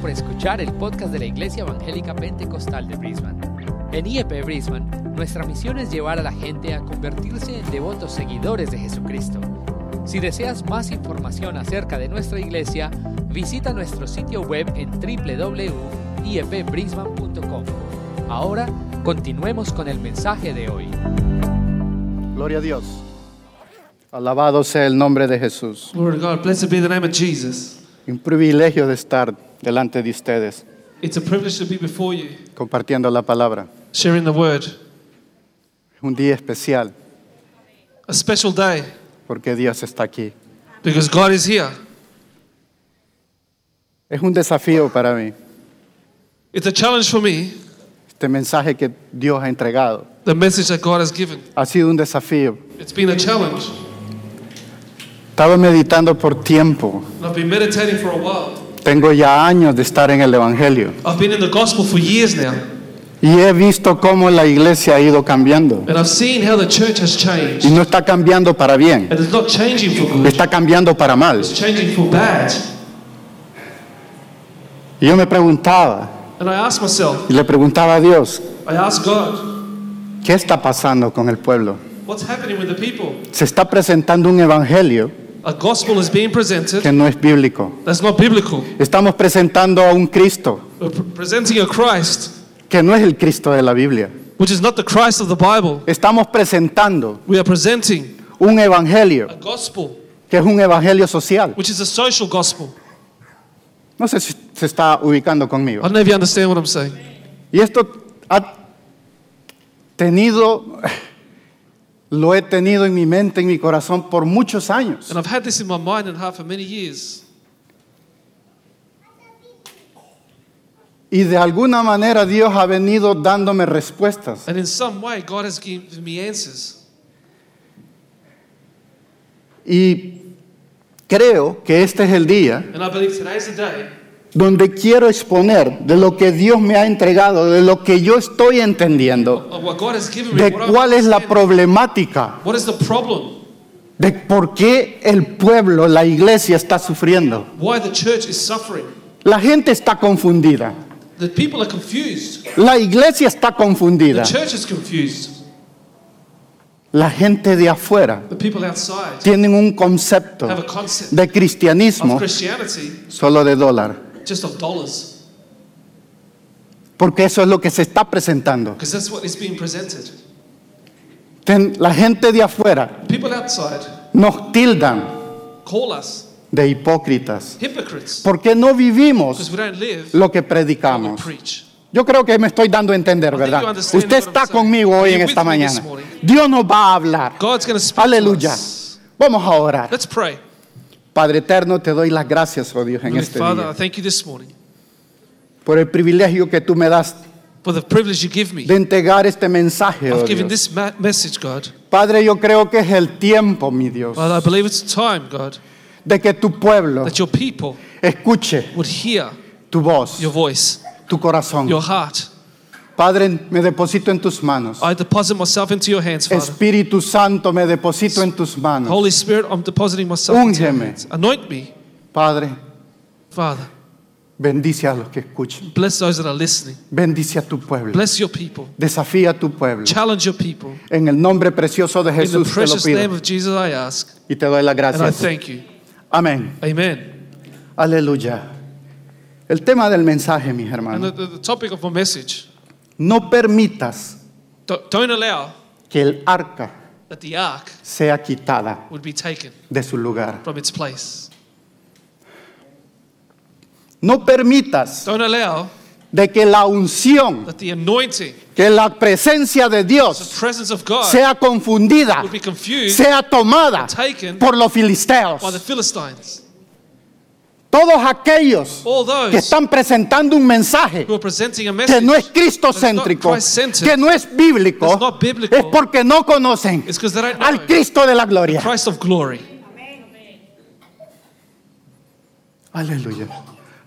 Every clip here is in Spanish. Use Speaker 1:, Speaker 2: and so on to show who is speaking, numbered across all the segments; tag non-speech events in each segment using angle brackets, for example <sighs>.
Speaker 1: por escuchar el podcast de la Iglesia Evangélica Pentecostal de Brisbane. En IEP Brisbane, nuestra misión es llevar a la gente a convertirse en devotos seguidores de Jesucristo. Si deseas más información acerca de nuestra iglesia, visita nuestro sitio web en E www.iepbrisbane.com. Ahora, continuemos con el mensaje de hoy.
Speaker 2: Gloria a Dios. Alabado sea el nombre de Jesús.
Speaker 3: Glory to God. Blessed be the name of Jesus.
Speaker 2: Un privilegio de estar delante de ustedes
Speaker 3: It's a privilege to be before you,
Speaker 2: compartiendo la palabra.
Speaker 3: sharing the word.
Speaker 2: Un día especial
Speaker 3: A special day
Speaker 2: porque Dios está aquí.
Speaker 3: because God is here.
Speaker 2: Es un desafío para mí
Speaker 3: It's a challenge for me.
Speaker 2: este mensaje que Dios ha entregado.
Speaker 3: The message that God has given.
Speaker 2: Ha sido un desafío.
Speaker 3: It's been a challenge.
Speaker 2: Estaba meditando por tiempo.
Speaker 3: And I've been meditating for a while.
Speaker 2: Tengo ya años de estar en el Evangelio
Speaker 3: I've been in the gospel for years now,
Speaker 2: y he visto cómo la iglesia ha ido cambiando.
Speaker 3: and I've seen how the church has
Speaker 2: Y
Speaker 3: changed.
Speaker 2: no está cambiando para bien,
Speaker 3: And it's not changing for good.
Speaker 2: está cambiando para mal.
Speaker 3: It's changing for bad.
Speaker 2: Y yo me preguntaba,
Speaker 3: And I asked myself,
Speaker 2: y le preguntaba a Dios,
Speaker 3: I asked God,
Speaker 2: ¿qué está pasando con el pueblo?
Speaker 3: what's happening with the people?
Speaker 2: se está presentando un evangelio
Speaker 3: A gospel is being presented
Speaker 2: que no es bíblico.
Speaker 3: that's not biblical.
Speaker 2: Estamos presentando a un Cristo
Speaker 3: We're pre- presenting a Christ
Speaker 2: que no es el Cristo de la Biblia.
Speaker 3: which is not the Christ of the Bible.
Speaker 2: Estamos presentando
Speaker 3: We are presenting
Speaker 2: un evangelio
Speaker 3: a gospel
Speaker 2: que es un evangelio social.
Speaker 3: which is a social gospel.
Speaker 2: No sé si se está ubicando
Speaker 3: I
Speaker 2: conmigo.
Speaker 3: don't know if you understand what I'm saying.
Speaker 2: Y esto ha tenido, <sighs> lo he tenido en mi mente, en mi corazón por muchos años.
Speaker 3: And I've had this in my mind and heart for many years.
Speaker 2: Y de alguna manera Dios ha venido dándome respuestas.
Speaker 3: And in some way, God has given me answers.
Speaker 2: Y creo que este es el día
Speaker 3: And I believe today's the day
Speaker 2: donde quiero exponer de lo que Dios me ha entregado, de lo que yo estoy entendiendo,
Speaker 3: of what God has given me.
Speaker 2: de
Speaker 3: what I
Speaker 2: cuál es la
Speaker 3: understand.
Speaker 2: problemática,
Speaker 3: What is the problem?
Speaker 2: de por qué el pueblo, la iglesia está sufriendo.
Speaker 3: Why the church is suffering.
Speaker 2: La gente está confundida,
Speaker 3: The people are confused.
Speaker 2: la iglesia está
Speaker 3: The
Speaker 2: confundida,
Speaker 3: church is confused.
Speaker 2: la gente de afuera
Speaker 3: The people outside
Speaker 2: tienen un concepto
Speaker 3: have a concept
Speaker 2: de
Speaker 3: of
Speaker 2: cristianismo
Speaker 3: Christianity
Speaker 2: solo de dólar,
Speaker 3: just of dollars.
Speaker 2: porque eso es lo que se está presentando.
Speaker 3: Because that's what is being presented.
Speaker 2: Ten- La gente de afuera
Speaker 3: People outside
Speaker 2: nos tildan
Speaker 3: call us
Speaker 2: de hipócritas,
Speaker 3: hypocrites
Speaker 2: porque no vivimos
Speaker 3: because we don't live
Speaker 2: lo que
Speaker 3: what we
Speaker 2: predicamos.
Speaker 3: preach.
Speaker 2: Yo creo que me estoy dando a entender,
Speaker 3: I think you
Speaker 2: ¿verdad?
Speaker 3: understand
Speaker 2: Usted
Speaker 3: what I'm
Speaker 2: está
Speaker 3: saying.
Speaker 2: conmigo hoy
Speaker 3: Are
Speaker 2: en
Speaker 3: you
Speaker 2: esta
Speaker 3: with me this
Speaker 2: mañana.
Speaker 3: morning?
Speaker 2: Dios nos va a hablar.
Speaker 3: God's going to speak to
Speaker 2: Aleluya.
Speaker 3: us.
Speaker 2: Vamos a orar.
Speaker 3: Let's pray.
Speaker 2: Padre eterno, te doy las gracias, oh Dios, en
Speaker 3: Heavenly
Speaker 2: este
Speaker 3: Father, I
Speaker 2: día.
Speaker 3: thank you this morning
Speaker 2: Por el privilegio que tú me das
Speaker 3: for the privilege you give me
Speaker 2: de entregar este mensaje, oh
Speaker 3: of giving
Speaker 2: Dios.
Speaker 3: this ma- message, God.
Speaker 2: Padre, yo creo que es el tiempo, mi Dios,
Speaker 3: Father, I believe it's time, God,
Speaker 2: de que tu pueblo
Speaker 3: that your people
Speaker 2: escuche
Speaker 3: would hear
Speaker 2: tu voz,
Speaker 3: your voice,
Speaker 2: tu corazón.
Speaker 3: your heart.
Speaker 2: Padre, me deposito en tus manos.
Speaker 3: I deposit myself into your hands, Father.
Speaker 2: Espíritu Santo, me deposito en tus manos.
Speaker 3: Holy Spirit, I'm depositing myself into your
Speaker 2: Úngeme.
Speaker 3: hands. Anoint me,
Speaker 2: Padre,
Speaker 3: Father.
Speaker 2: bendice a los que escuchan.
Speaker 3: Bless those that are listening.
Speaker 2: Bendice a tu pueblo.
Speaker 3: Bless your people.
Speaker 2: Desafía a tu pueblo.
Speaker 3: Challenge your people.
Speaker 2: En el nombre precioso de
Speaker 3: In the
Speaker 2: Jesús te lo
Speaker 3: precious name
Speaker 2: pido
Speaker 3: of Jesus, I ask.
Speaker 2: y te doy las
Speaker 3: And I
Speaker 2: gracias.
Speaker 3: thank you.
Speaker 2: Amén.
Speaker 3: Amen.
Speaker 2: Aleluya. El tema del mensaje, mis
Speaker 3: And the,
Speaker 2: hermanos.
Speaker 3: the, the topic of my message
Speaker 2: No permitas
Speaker 3: don't, don't allow
Speaker 2: que el arca
Speaker 3: that the ark
Speaker 2: sea quitada
Speaker 3: would be taken
Speaker 2: de su lugar.
Speaker 3: from its place.
Speaker 2: No permitas
Speaker 3: Don't allow
Speaker 2: de que la unción,
Speaker 3: that the anointing,
Speaker 2: que la presencia de
Speaker 3: the
Speaker 2: Dios
Speaker 3: presence of God,
Speaker 2: sea confundida,
Speaker 3: would be confused
Speaker 2: sea tomada
Speaker 3: taken
Speaker 2: por los filisteos.
Speaker 3: by the Philistines.
Speaker 2: Todos aquellos
Speaker 3: All
Speaker 2: que
Speaker 3: those
Speaker 2: están presentando un mensaje
Speaker 3: who are presenting a
Speaker 2: que
Speaker 3: message
Speaker 2: no es cristocéntrico,
Speaker 3: that's not Christ-centered,
Speaker 2: que no es
Speaker 3: that's
Speaker 2: bíblico,
Speaker 3: not biblical,
Speaker 2: es porque no conocen
Speaker 3: It's 'cause they don't
Speaker 2: al
Speaker 3: know.
Speaker 2: Cristo de la gloria.
Speaker 3: Christ of glory.
Speaker 2: Aleluya.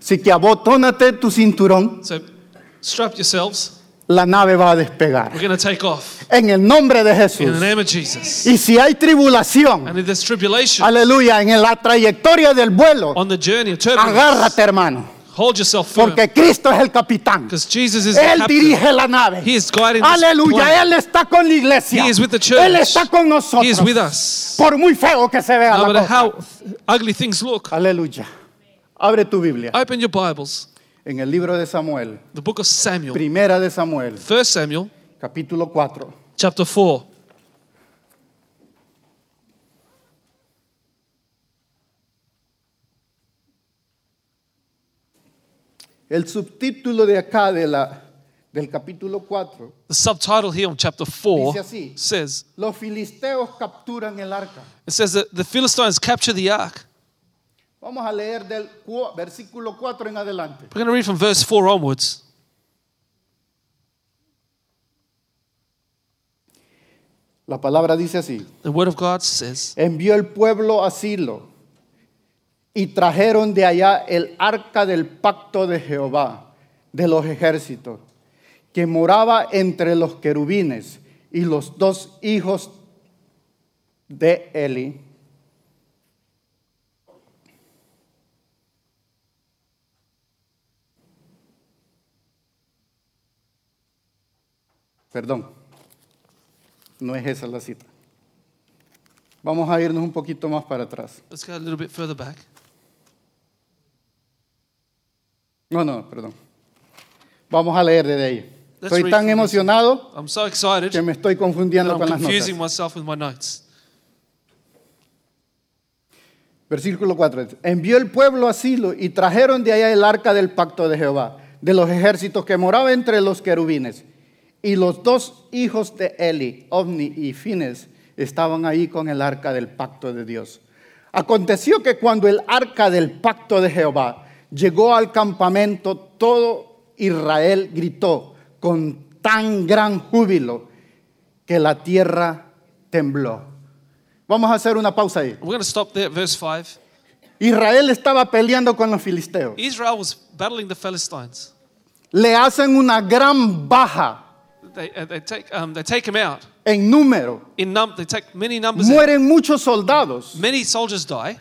Speaker 2: Así que abotónate tu cinturón,
Speaker 3: So strap yourselves.
Speaker 2: la nave va a despegar.
Speaker 3: We're going to take off
Speaker 2: En el nombre de
Speaker 3: in the
Speaker 2: Jesús.
Speaker 3: name of Jesus.
Speaker 2: Y si hay tribulación,
Speaker 3: And if there's tribulation
Speaker 2: aleluya, en la trayectoria del vuelo,
Speaker 3: on the journey of turbulence,
Speaker 2: agárrate hermano.
Speaker 3: Hold yourself firm.
Speaker 2: Porque Cristo es el capitán.
Speaker 3: Because Jesus is the
Speaker 2: Él
Speaker 3: captain.
Speaker 2: dirige la nave.
Speaker 3: He is guiding this
Speaker 2: Aleluya.
Speaker 3: plan.
Speaker 2: Él está con la iglesia.
Speaker 3: He is with the church.
Speaker 2: Él está con nosotros.
Speaker 3: He is with us.
Speaker 2: Por muy feo que se vea
Speaker 3: No
Speaker 2: la
Speaker 3: matter
Speaker 2: cosa.
Speaker 3: how ugly things look,
Speaker 2: Aleluya. Abre tu Biblia.
Speaker 3: open your Bibles.
Speaker 2: En el libro de Samuel.
Speaker 3: The book of Samuel.
Speaker 2: Primera de Samuel.
Speaker 3: 1 Samuel,
Speaker 2: Capítulo 4.
Speaker 3: chapter 4.
Speaker 2: El subtítulo de acá de la, del capítulo 4.
Speaker 3: The subtitle here on chapter 4
Speaker 2: Dice así.
Speaker 3: says,
Speaker 2: Los filisteos capturan el arca.
Speaker 3: it says that the Philistines capture the ark.
Speaker 2: Vamos a leer del cu- versículo 4 en adelante.
Speaker 3: We're going to read from verse 4 onwards.
Speaker 2: La palabra dice así.
Speaker 3: The word of God says,
Speaker 2: envió el pueblo a Silo y trajeron de allá el arca del pacto de Jehová, de los ejércitos, que moraba entre los querubines y los dos hijos de Eli. Perdón, no es esa la cita. Vamos a irnos un poquito más para atrás.
Speaker 3: let's go a little bit further back.
Speaker 2: No, no, perdón. Vamos a leer desde ahí.
Speaker 3: Let's
Speaker 2: Estoy
Speaker 3: read
Speaker 2: tan
Speaker 3: from-
Speaker 2: emocionado
Speaker 3: I'm so
Speaker 2: que
Speaker 3: excited
Speaker 2: me estoy
Speaker 3: that
Speaker 2: confundiendo
Speaker 3: I'm
Speaker 2: con las notas.
Speaker 3: confusing myself with my notes.
Speaker 2: Versículo 4. Envió el pueblo a Silo y trajeron de allá el arca del pacto de Jehová, de los ejércitos que moraba entre los querubines. Y los dos hijos de Eli, Ovni y Fines, estaban ahí con el arca del pacto de Dios. Aconteció que cuando el arca del pacto de Jehová llegó al campamento, todo Israel gritó con tan gran júbilo que la tierra tembló. Vamos a hacer una pausa ahí.
Speaker 3: We're going to stop there at verse 5.
Speaker 2: Israel estaba peleando con los filisteos.
Speaker 3: Israel was battling the Philistines.
Speaker 2: Le hacen una gran baja
Speaker 3: They, uh, they, take, um, they take him out.
Speaker 2: en número.
Speaker 3: In num- they take many numbers. out.
Speaker 2: Mueren muchos soldados
Speaker 3: Many soldiers die.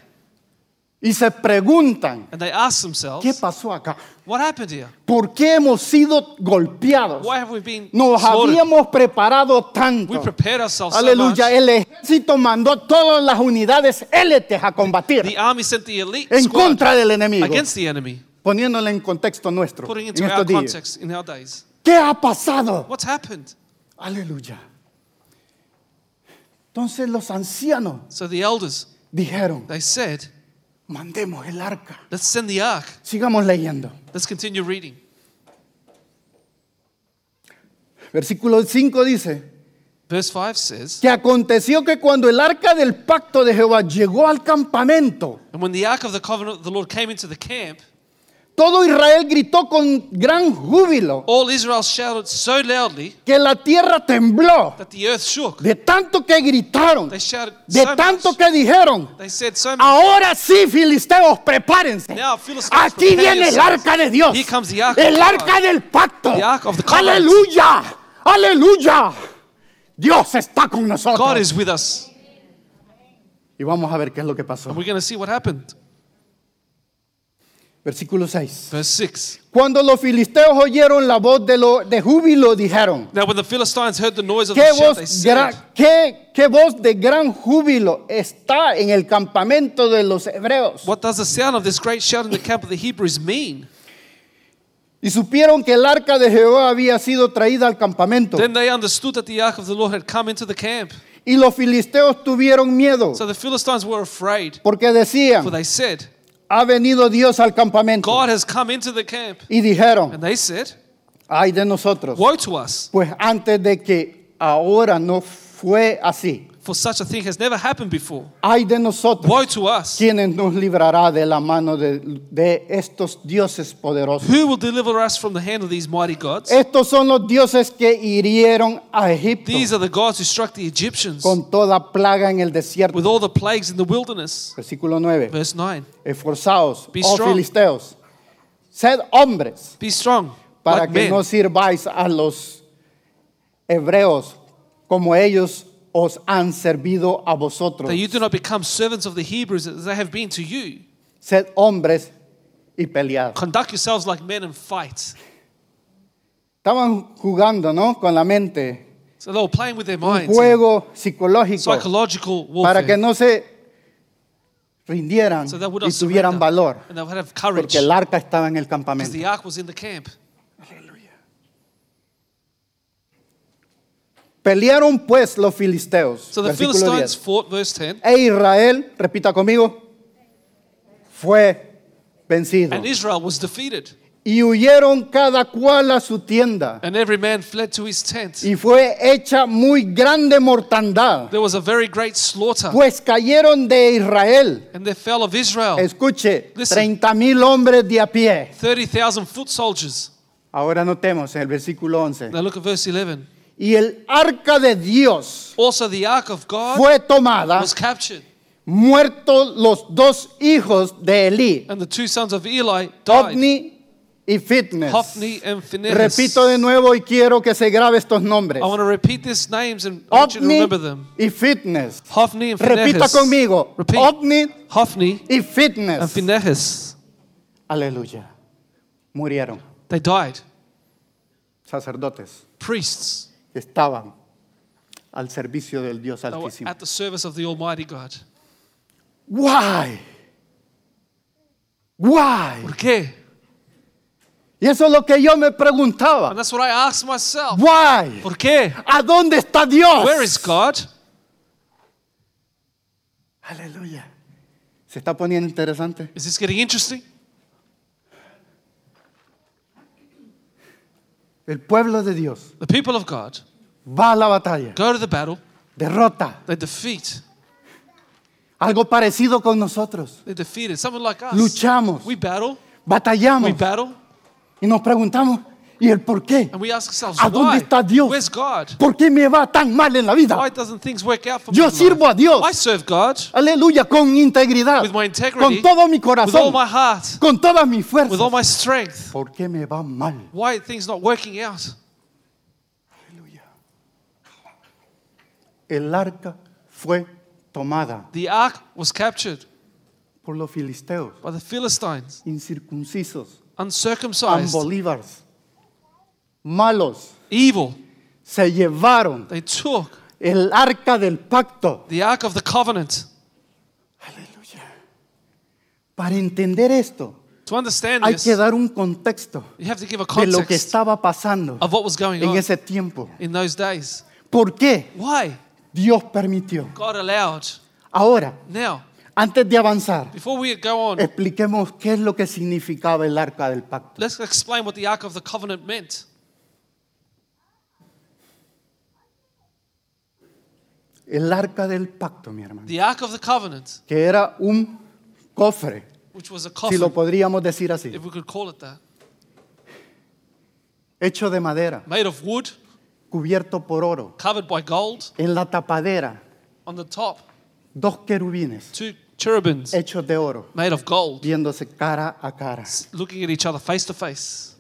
Speaker 2: y se preguntan,
Speaker 3: And they ask
Speaker 2: ¿qué
Speaker 3: themselves,
Speaker 2: pasó acá?
Speaker 3: what happened here?
Speaker 2: ¿Por qué hemos sido golpeados?
Speaker 3: Why have we been
Speaker 2: Nos
Speaker 3: slaughtered?
Speaker 2: habíamos preparado
Speaker 3: We
Speaker 2: tanto.
Speaker 3: prepared ourselves so much.
Speaker 2: Aleluya, el ejército mandó a todas las unidades élites a
Speaker 3: The
Speaker 2: combatir
Speaker 3: army sent the elite
Speaker 2: en
Speaker 3: squad
Speaker 2: contra del enemigo,
Speaker 3: against the enemy,
Speaker 2: poniéndole en contexto nuestro,
Speaker 3: putting
Speaker 2: en
Speaker 3: into our
Speaker 2: estos días.
Speaker 3: context in our days.
Speaker 2: ¿Qué ha pasado?
Speaker 3: What's happened?
Speaker 2: Aleluya. Entonces los ancianos
Speaker 3: So the elders,
Speaker 2: dijeron,
Speaker 3: they said,
Speaker 2: mandemos el arca.
Speaker 3: let's send the ark.
Speaker 2: Sigamos leyendo.
Speaker 3: Let's continue reading.
Speaker 2: Versículo 5 dice,
Speaker 3: Verse 5 says,
Speaker 2: que aconteció que cuando el arca del pacto de Jehová llegó al campamento,
Speaker 3: And when the ark of the covenant of the Lord came into the camp,
Speaker 2: todo Israel gritó con gran júbilo
Speaker 3: all Israel shouted so loudly
Speaker 2: que la tierra tembló.
Speaker 3: that the earth shook.
Speaker 2: De tanto que gritaron,
Speaker 3: They shouted
Speaker 2: de
Speaker 3: so
Speaker 2: tanto
Speaker 3: much.
Speaker 2: que dijeron,
Speaker 3: They said so much.
Speaker 2: Ahora sí, filisteos, prepárense.
Speaker 3: Now, Philistines,
Speaker 2: Aquí
Speaker 3: prepare
Speaker 2: viene el
Speaker 3: yourselves.
Speaker 2: arca de Dios.
Speaker 3: Here comes the ark of
Speaker 2: El
Speaker 3: God.
Speaker 2: arca del pacto.
Speaker 3: The ark of the covenant.
Speaker 2: Aleluya. Aleluya. Dios está con
Speaker 3: God
Speaker 2: nosotros.
Speaker 3: is with us.
Speaker 2: Y vamos a ver qué es lo que
Speaker 3: And
Speaker 2: pasó.
Speaker 3: we're going to see what happened.
Speaker 2: Versículo 6.
Speaker 3: Verse 6.
Speaker 2: Cuando los filisteos oyeron la voz de, lo- de júbilo, dijeron,
Speaker 3: Now, when the Philistines heard the noise of
Speaker 2: ¿Qué
Speaker 3: the shout, they
Speaker 2: voz,
Speaker 3: said,
Speaker 2: gra- qué- qué voz de gran júbilo está en el campamento de los hebreos.
Speaker 3: What does the sound of this great shout in the camp of the Hebrews mean?
Speaker 2: Y supieron que el arca de Jehová había sido traída al campamento.
Speaker 3: Then they understood that the ark of the Lord had come into the camp.
Speaker 2: Y los filisteos tuvieron miedo
Speaker 3: So the Philistines were afraid,
Speaker 2: porque
Speaker 3: for
Speaker 2: decían,
Speaker 3: they said,
Speaker 2: ha venido Dios al campamento.
Speaker 3: God has come into the camp.
Speaker 2: Y dijeron,
Speaker 3: And they said,
Speaker 2: ay de nosotros.
Speaker 3: Woe to us,
Speaker 2: Pues antes de que ahora no fue así.
Speaker 3: for such a thing has never happened before.
Speaker 2: Ay de nosotros.
Speaker 3: Woe to us.
Speaker 2: ¿Quién nos librará de la mano de, de estos dioses poderosos?
Speaker 3: Who will deliver us from the hand of these mighty gods?
Speaker 2: Estos son los dioses que hirieron a Egipto
Speaker 3: These are the gods who struck the Egyptians
Speaker 2: con toda plaga en el desierto.
Speaker 3: with all the plagues in the wilderness.
Speaker 2: Versículo 9.
Speaker 3: Verse 9.
Speaker 2: Esforzaos,
Speaker 3: Be
Speaker 2: oh
Speaker 3: strong.
Speaker 2: filisteos, sed hombres
Speaker 3: Be strong,
Speaker 2: para
Speaker 3: like
Speaker 2: que
Speaker 3: men,
Speaker 2: no sirváis a los hebreos como ellos os han servido a vosotros.
Speaker 3: that you do not become servants of the Hebrews as they have been to you.
Speaker 2: Sed hombres y pelead.
Speaker 3: Conduct yourselves like men and fight.
Speaker 2: Estaban jugando, ¿no? Con la mente.
Speaker 3: So they were playing with their
Speaker 2: Un
Speaker 3: minds.
Speaker 2: juego psicológico
Speaker 3: Psychological warfare.
Speaker 2: para que no se rindieran
Speaker 3: so they would
Speaker 2: y
Speaker 3: not
Speaker 2: tuvieran
Speaker 3: surrender.
Speaker 2: valor.
Speaker 3: And they would have courage.
Speaker 2: Porque el arca estaba en el
Speaker 3: Because
Speaker 2: campamento.
Speaker 3: the ark was in the camp.
Speaker 2: Pelearon pues los filisteos.
Speaker 3: So the
Speaker 2: Versículo
Speaker 3: Philistines
Speaker 2: 10.
Speaker 3: fought, verse 10.
Speaker 2: E Israel, repita conmigo, fue vencido.
Speaker 3: And Israel was defeated.
Speaker 2: Y huyeron cada cual a su tienda.
Speaker 3: And every man fled to his tent.
Speaker 2: Y fue hecha muy grande mortandad.
Speaker 3: There was a very great slaughter.
Speaker 2: Pues cayeron de Israel,
Speaker 3: And there fell of Israel
Speaker 2: escuche,
Speaker 3: Listen.
Speaker 2: 30 mil hombres de a pie.
Speaker 3: 30,000 foot soldiers.
Speaker 2: Ahora notemos en el versículo 11.
Speaker 3: Now look at verse 11.
Speaker 2: Y el arca de Dios
Speaker 3: Also the ark of God
Speaker 2: fue tomada,
Speaker 3: was captured.
Speaker 2: muertos los dos hijos de Elí,
Speaker 3: And the two sons of Eli died.
Speaker 2: Topni y Fitness.
Speaker 3: Hophni and Phinehas.
Speaker 2: Repito de nuevo y quiero que se grabe estos nombres.
Speaker 3: I want to repeat these names and I want you to
Speaker 2: Ovni
Speaker 3: remember them.
Speaker 2: y fitness.
Speaker 3: Hophni and Phinehas.
Speaker 2: Repita conmigo.
Speaker 3: Repeat.
Speaker 2: Ovni
Speaker 3: Hophni
Speaker 2: y
Speaker 3: and
Speaker 2: fitness.
Speaker 3: Phinehas.
Speaker 2: Aleluya. Murieron
Speaker 3: They died.
Speaker 2: sacerdotes
Speaker 3: Priests.
Speaker 2: que estaban al servicio del Dios
Speaker 3: They were
Speaker 2: Altísimo.
Speaker 3: at the service of the Almighty God.
Speaker 2: Why? Why?
Speaker 3: ¿Por qué?
Speaker 2: Y eso es lo que yo me preguntaba.
Speaker 3: And that's what I asked myself.
Speaker 2: Why?
Speaker 3: ¿Por qué?
Speaker 2: ¿A dónde está Dios?
Speaker 3: Where is God?
Speaker 2: Aleluya. Se está poniendo interesante.
Speaker 3: Is this getting interesting?
Speaker 2: El pueblo de Dios
Speaker 3: The people of God
Speaker 2: va a la batalla,
Speaker 3: go to the battle.
Speaker 2: derrota.
Speaker 3: They defeat.
Speaker 2: Algo parecido con nosotros.
Speaker 3: They defeated. Someone like us.
Speaker 2: Luchamos.
Speaker 3: We battle.
Speaker 2: Batallamos.
Speaker 3: We battle.
Speaker 2: Y nos preguntamos, ¿y el por qué?
Speaker 3: And we ask ourselves,
Speaker 2: ¿A
Speaker 3: why?
Speaker 2: dónde está Dios?
Speaker 3: Where's God?
Speaker 2: ¿Por qué me va tan mal en la
Speaker 3: Why
Speaker 2: vida?
Speaker 3: doesn't things work out for me?
Speaker 2: Yo
Speaker 3: in life?
Speaker 2: sirvo a Dios.
Speaker 3: I serve God
Speaker 2: Aleluya, con integridad,
Speaker 3: with my
Speaker 2: con
Speaker 3: integrity,
Speaker 2: todo mi
Speaker 3: with all
Speaker 2: corazón,
Speaker 3: my heart,
Speaker 2: con todas mis
Speaker 3: with
Speaker 2: fuerzas.
Speaker 3: all my strength.
Speaker 2: ¿Por qué me va mal?
Speaker 3: Why are things not working out?
Speaker 2: Aleluya. El arca fue tomada
Speaker 3: The ark was captured
Speaker 2: por los filisteos,
Speaker 3: by the Philistines,
Speaker 2: incircuncisos,
Speaker 3: uncircumcised,
Speaker 2: ambolívares, malos.
Speaker 3: evil.
Speaker 2: Se llevaron
Speaker 3: They took
Speaker 2: el arca del pacto.
Speaker 3: the ark of the covenant.
Speaker 2: Aleluya. Para entender esto,
Speaker 3: To understand
Speaker 2: hay
Speaker 3: this,
Speaker 2: que dar un contexto
Speaker 3: you have to give a
Speaker 2: de lo que
Speaker 3: context
Speaker 2: estaba pasando
Speaker 3: of what was going
Speaker 2: en
Speaker 3: on
Speaker 2: ese tiempo.
Speaker 3: in those days.
Speaker 2: ¿Por qué
Speaker 3: Why?
Speaker 2: Dios permitió?
Speaker 3: God allowed.
Speaker 2: Ahora,
Speaker 3: Now,
Speaker 2: antes de avanzar,
Speaker 3: before we go on,
Speaker 2: expliquemos qué es lo que significaba el arca del pacto.
Speaker 3: let's explain what the ark of the covenant meant.
Speaker 2: El arca del pacto, mi hermano,
Speaker 3: The ark of the covenant,
Speaker 2: que era un cofre,
Speaker 3: which was a
Speaker 2: si lo
Speaker 3: coffin,
Speaker 2: podríamos decir así,
Speaker 3: if we could call it that,
Speaker 2: hecho de madera,
Speaker 3: made of wood,
Speaker 2: cubierto por oro.
Speaker 3: covered by gold.
Speaker 2: En la tapadera,
Speaker 3: On the top,
Speaker 2: dos querubines
Speaker 3: two cherubims
Speaker 2: hechos de oro,
Speaker 3: made of gold,
Speaker 2: viéndose cara a cara.
Speaker 3: s- looking at each other face to face.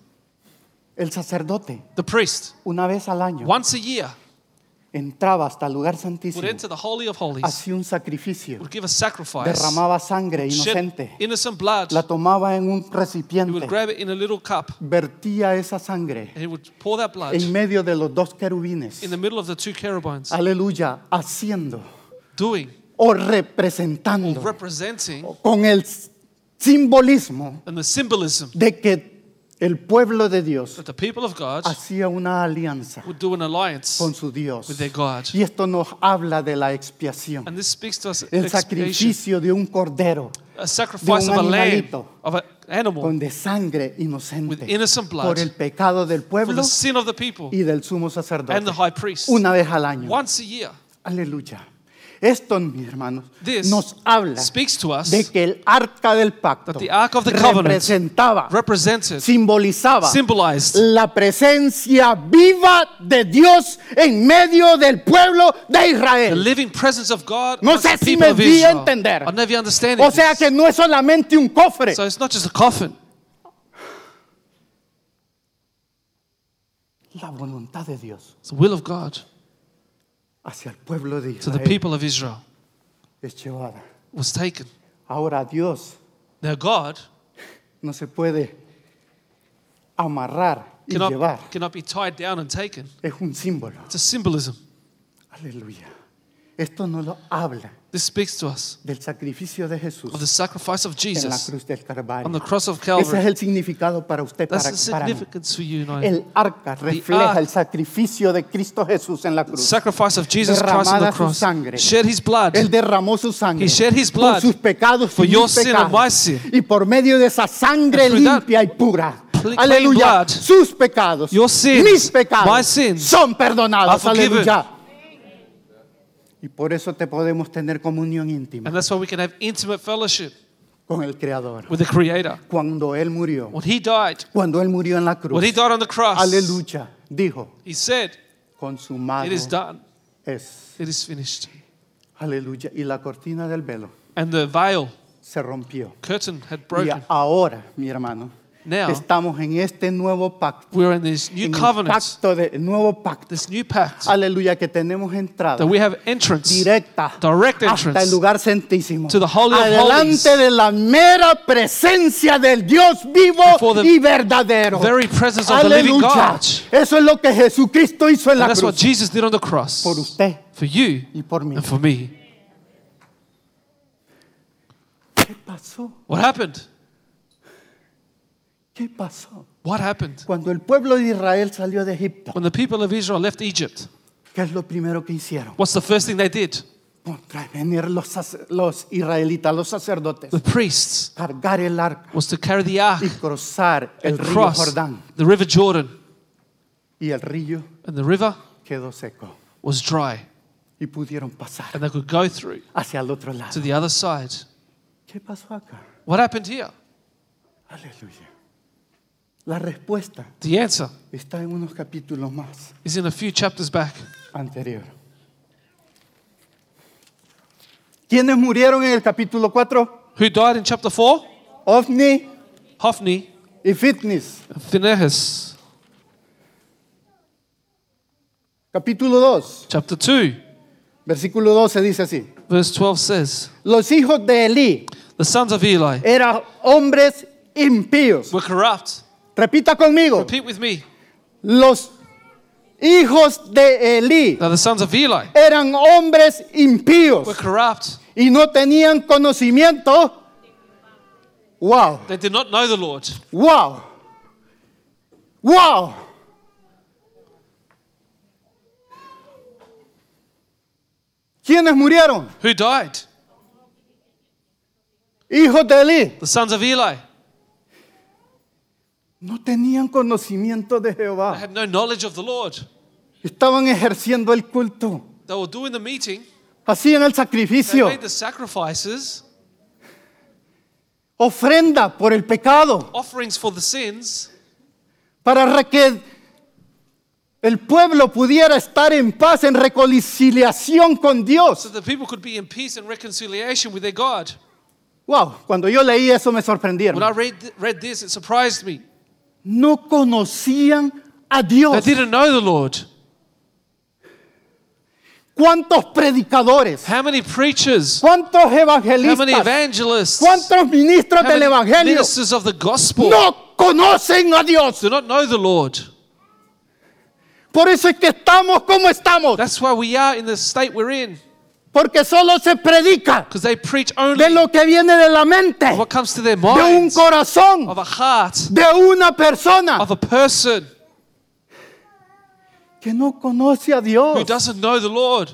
Speaker 2: El sacerdote,
Speaker 3: The priest,
Speaker 2: una vez al año,
Speaker 3: once a year,
Speaker 2: entraba hasta el lugar
Speaker 3: would
Speaker 2: santísimo,
Speaker 3: enter the Holy of Holies,
Speaker 2: hacía un sacrificio,
Speaker 3: would give a sacrifice,
Speaker 2: derramaba sangre
Speaker 3: shed
Speaker 2: inocente,
Speaker 3: innocent blood.
Speaker 2: la tomaba en un
Speaker 3: He would
Speaker 2: recipiente,
Speaker 3: grab it in a little cup
Speaker 2: vertía esa sangre
Speaker 3: and he would pour that blood
Speaker 2: en medio de los dos querubines,
Speaker 3: in the middle of the two cherubims,
Speaker 2: aleluya, haciendo
Speaker 3: doing,
Speaker 2: o representando
Speaker 3: representing,
Speaker 2: con el s- simbolismo
Speaker 3: and the symbolism
Speaker 2: de que el pueblo de Dios
Speaker 3: that the people of God
Speaker 2: hacía una alianza
Speaker 3: would do an alliance
Speaker 2: con su Dios.
Speaker 3: with their God.
Speaker 2: Y esto nos habla de la expiación,
Speaker 3: And this speaks to us
Speaker 2: el
Speaker 3: expiation,
Speaker 2: sacrificio de un cordero
Speaker 3: a sacrifice of a lamb,
Speaker 2: animalito.
Speaker 3: of an animal,
Speaker 2: con de sangre inocente
Speaker 3: With innocent blood.
Speaker 2: por el pecado del
Speaker 3: for
Speaker 2: pueblo
Speaker 3: the sin of the people
Speaker 2: y del sumo sacerdote
Speaker 3: and the high priest.
Speaker 2: una vez al año.
Speaker 3: Once a year,
Speaker 2: Aleluya. Esto, mis hermanos,
Speaker 3: This
Speaker 2: nos habla
Speaker 3: speaks to us
Speaker 2: de que el arca del pacto
Speaker 3: that the Ark of the Covenant
Speaker 2: representaba,
Speaker 3: represented,
Speaker 2: simbolizaba
Speaker 3: symbolized
Speaker 2: la presencia viva de Dios en medio del pueblo de
Speaker 3: the
Speaker 2: Israel.
Speaker 3: living presence of God.
Speaker 2: No
Speaker 3: amongst
Speaker 2: sé
Speaker 3: the
Speaker 2: si
Speaker 3: people
Speaker 2: me
Speaker 3: of
Speaker 2: di a
Speaker 3: Israel.
Speaker 2: entender.
Speaker 3: I don't know if you understand
Speaker 2: O sea que no es solamente un cofre,
Speaker 3: So it's not just a coffin.
Speaker 2: la voluntad de Dios
Speaker 3: It's the will of God
Speaker 2: hacia el pueblo de
Speaker 3: to the
Speaker 2: Israel
Speaker 3: people of Israel
Speaker 2: es llevada.
Speaker 3: was taken.
Speaker 2: Ahora Dios
Speaker 3: Now God
Speaker 2: no se puede amarrar y llevar.
Speaker 3: cannot, cannot be tied down and taken.
Speaker 2: Es un símbolo.
Speaker 3: It's a symbolism.
Speaker 2: Aleluya. Esto no lo habla
Speaker 3: This speaks to us
Speaker 2: del sacrificio de
Speaker 3: of the
Speaker 2: Jesús
Speaker 3: sacrifice of
Speaker 2: en la
Speaker 3: Jesus
Speaker 2: cruz del
Speaker 3: on the
Speaker 2: Calvario.
Speaker 3: cross of
Speaker 2: Ese es
Speaker 3: Calvary.
Speaker 2: el significado para usted,
Speaker 3: That's
Speaker 2: para,
Speaker 3: the
Speaker 2: para mí.
Speaker 3: significance for you and I.
Speaker 2: El arca refleja
Speaker 3: ark.
Speaker 2: el sacrificio de Cristo Jesús en la cruz.
Speaker 3: Sacrifice of Jesus Christ on the
Speaker 2: Derramada su
Speaker 3: cross.
Speaker 2: sangre.
Speaker 3: Shed his blood.
Speaker 2: Él derramó su sangre
Speaker 3: He shed his
Speaker 2: por
Speaker 3: blood
Speaker 2: sus pecados
Speaker 3: for
Speaker 2: y
Speaker 3: your
Speaker 2: mis
Speaker 3: sin and
Speaker 2: pecados.
Speaker 3: my sin.
Speaker 2: Y por medio de esa sangre
Speaker 3: And through that
Speaker 2: limpia y pura.
Speaker 3: clean
Speaker 2: Aleluya.
Speaker 3: blood,
Speaker 2: Sus pecados,
Speaker 3: your sins,
Speaker 2: mis pecados
Speaker 3: my sins
Speaker 2: son perdonados.
Speaker 3: are forgiven.
Speaker 2: Aleluya. Y por eso te podemos tener comunión íntima
Speaker 3: And that's why we can have intimate fellowship
Speaker 2: con el Creador.
Speaker 3: with the Creator.
Speaker 2: Cuando Él murió,
Speaker 3: When he died,
Speaker 2: cuando Él murió en la cruz,
Speaker 3: when he died on the cross,
Speaker 2: aleluya, dijo,
Speaker 3: he said,
Speaker 2: consumado
Speaker 3: It is done.
Speaker 2: es.
Speaker 3: It is finished.
Speaker 2: Aleluya. Y la cortina del velo
Speaker 3: And the veil,
Speaker 2: se rompió.
Speaker 3: curtain, had
Speaker 2: Y
Speaker 3: broken.
Speaker 2: ahora, mi hermano,
Speaker 3: Now-
Speaker 2: estamos en este nuevo pacto,
Speaker 3: We're in this
Speaker 2: en
Speaker 3: new
Speaker 2: el
Speaker 3: covenant,
Speaker 2: pacto de el nuevo pacto.
Speaker 3: this new pact,
Speaker 2: Aleluya, que tenemos entrada
Speaker 3: that we have entrance
Speaker 2: directa
Speaker 3: direct
Speaker 2: hasta
Speaker 3: entrance
Speaker 2: el lugar santísimo,
Speaker 3: to the Holy of
Speaker 2: adelante
Speaker 3: Holies.
Speaker 2: de la mera presencia del Dios vivo
Speaker 3: Before the
Speaker 2: y verdadero.
Speaker 3: very presence of the living
Speaker 2: Aleluya.
Speaker 3: God.
Speaker 2: Eso es lo que Jesucristo hizo en
Speaker 3: And
Speaker 2: la
Speaker 3: that's what
Speaker 2: cruz
Speaker 3: Jesus did on the cross
Speaker 2: por usted
Speaker 3: for you
Speaker 2: y por mí.
Speaker 3: and for me.
Speaker 2: ¿Qué pasó?
Speaker 3: What happened?
Speaker 2: ¿Qué pasó?
Speaker 3: What happened?
Speaker 2: Cuando el pueblo de Israel salió de Egipto,
Speaker 3: When the people of Israel left Egypt,
Speaker 2: ¿qué es lo primero que hicieron?
Speaker 3: what's the first thing they did?
Speaker 2: Contravenir los, sac- los israelitas, los sacerdotes,
Speaker 3: The priests
Speaker 2: cargar el arca
Speaker 3: was to carry the ark
Speaker 2: y cruzar el
Speaker 3: and
Speaker 2: río
Speaker 3: cross
Speaker 2: Jordán.
Speaker 3: the river Jordan,
Speaker 2: Y el río
Speaker 3: and the river
Speaker 2: quedó seco
Speaker 3: was dry,
Speaker 2: y pudieron pasar
Speaker 3: and they could go through
Speaker 2: hacia el otro lado.
Speaker 3: to the other side.
Speaker 2: ¿Qué pasó acá?
Speaker 3: What happened here?
Speaker 2: Aleluya. La respuesta
Speaker 3: The answer
Speaker 2: está en unos capítulos más
Speaker 3: is in a few chapters back.
Speaker 2: anterior. ¿Quiénes murieron en el capítulo 4?
Speaker 3: Who died in chapter 4?
Speaker 2: Ofni
Speaker 3: Hophni
Speaker 2: y Fitness.
Speaker 3: and Phinehas.
Speaker 2: Capítulo 2,
Speaker 3: Chapter 2,
Speaker 2: versículo 12 dice así.
Speaker 3: verse 12 says,
Speaker 2: Los hijos de Elí
Speaker 3: The sons of Eli
Speaker 2: eran hombres impíos.
Speaker 3: were corrupt.
Speaker 2: Repita conmigo.
Speaker 3: Repeat with me.
Speaker 2: Los hijos de Elí
Speaker 3: Now the sons of Eli
Speaker 2: eran hombres impíos
Speaker 3: were corrupt.
Speaker 2: y no tenían conocimiento. Wow,
Speaker 3: They did not know the Lord.
Speaker 2: wow, wow. ¿Quiénes murieron?
Speaker 3: Who died?
Speaker 2: Hijos de Elí.
Speaker 3: The sons of Eli.
Speaker 2: No tenían conocimiento de
Speaker 3: They
Speaker 2: Jehová.
Speaker 3: had no knowledge of the Lord.
Speaker 2: Estaban ejerciendo el culto.
Speaker 3: They were doing the meeting.
Speaker 2: Hacían el
Speaker 3: They
Speaker 2: sacrificio.
Speaker 3: made the sacrifices,
Speaker 2: ofrenda por el pecado,
Speaker 3: offerings for the sins,
Speaker 2: para re- que el pueblo pudiera estar en paz, en reconciliación con
Speaker 3: so
Speaker 2: Dios.
Speaker 3: that people could be in peace and reconciliation with their God.
Speaker 2: Wow, cuando yo leí eso me
Speaker 3: When I
Speaker 2: sorprendieron.
Speaker 3: read, read this, it surprised me.
Speaker 2: No conocían a
Speaker 3: They
Speaker 2: Dios.
Speaker 3: didn't know the Lord.
Speaker 2: ¿Cuántos predicadores?
Speaker 3: How many preachers?
Speaker 2: ¿Cuántos
Speaker 3: How many
Speaker 2: evangelistas?
Speaker 3: evangelists? How
Speaker 2: ¿Cuántos ministros del
Speaker 3: many
Speaker 2: Evangelio?
Speaker 3: ministers of the gospel
Speaker 2: No conocen a Dios.
Speaker 3: do not know the Lord?
Speaker 2: Por eso es que estamos como estamos.
Speaker 3: That's why we are in the state we're in.
Speaker 2: Porque solo se predica
Speaker 3: Because they preach only
Speaker 2: de lo que viene de la mente,
Speaker 3: what comes to their
Speaker 2: de un
Speaker 3: minds,
Speaker 2: corazón,
Speaker 3: of a heart,
Speaker 2: de una persona.
Speaker 3: of a person
Speaker 2: que no conoce a
Speaker 3: who
Speaker 2: Dios.
Speaker 3: doesn't know the Lord.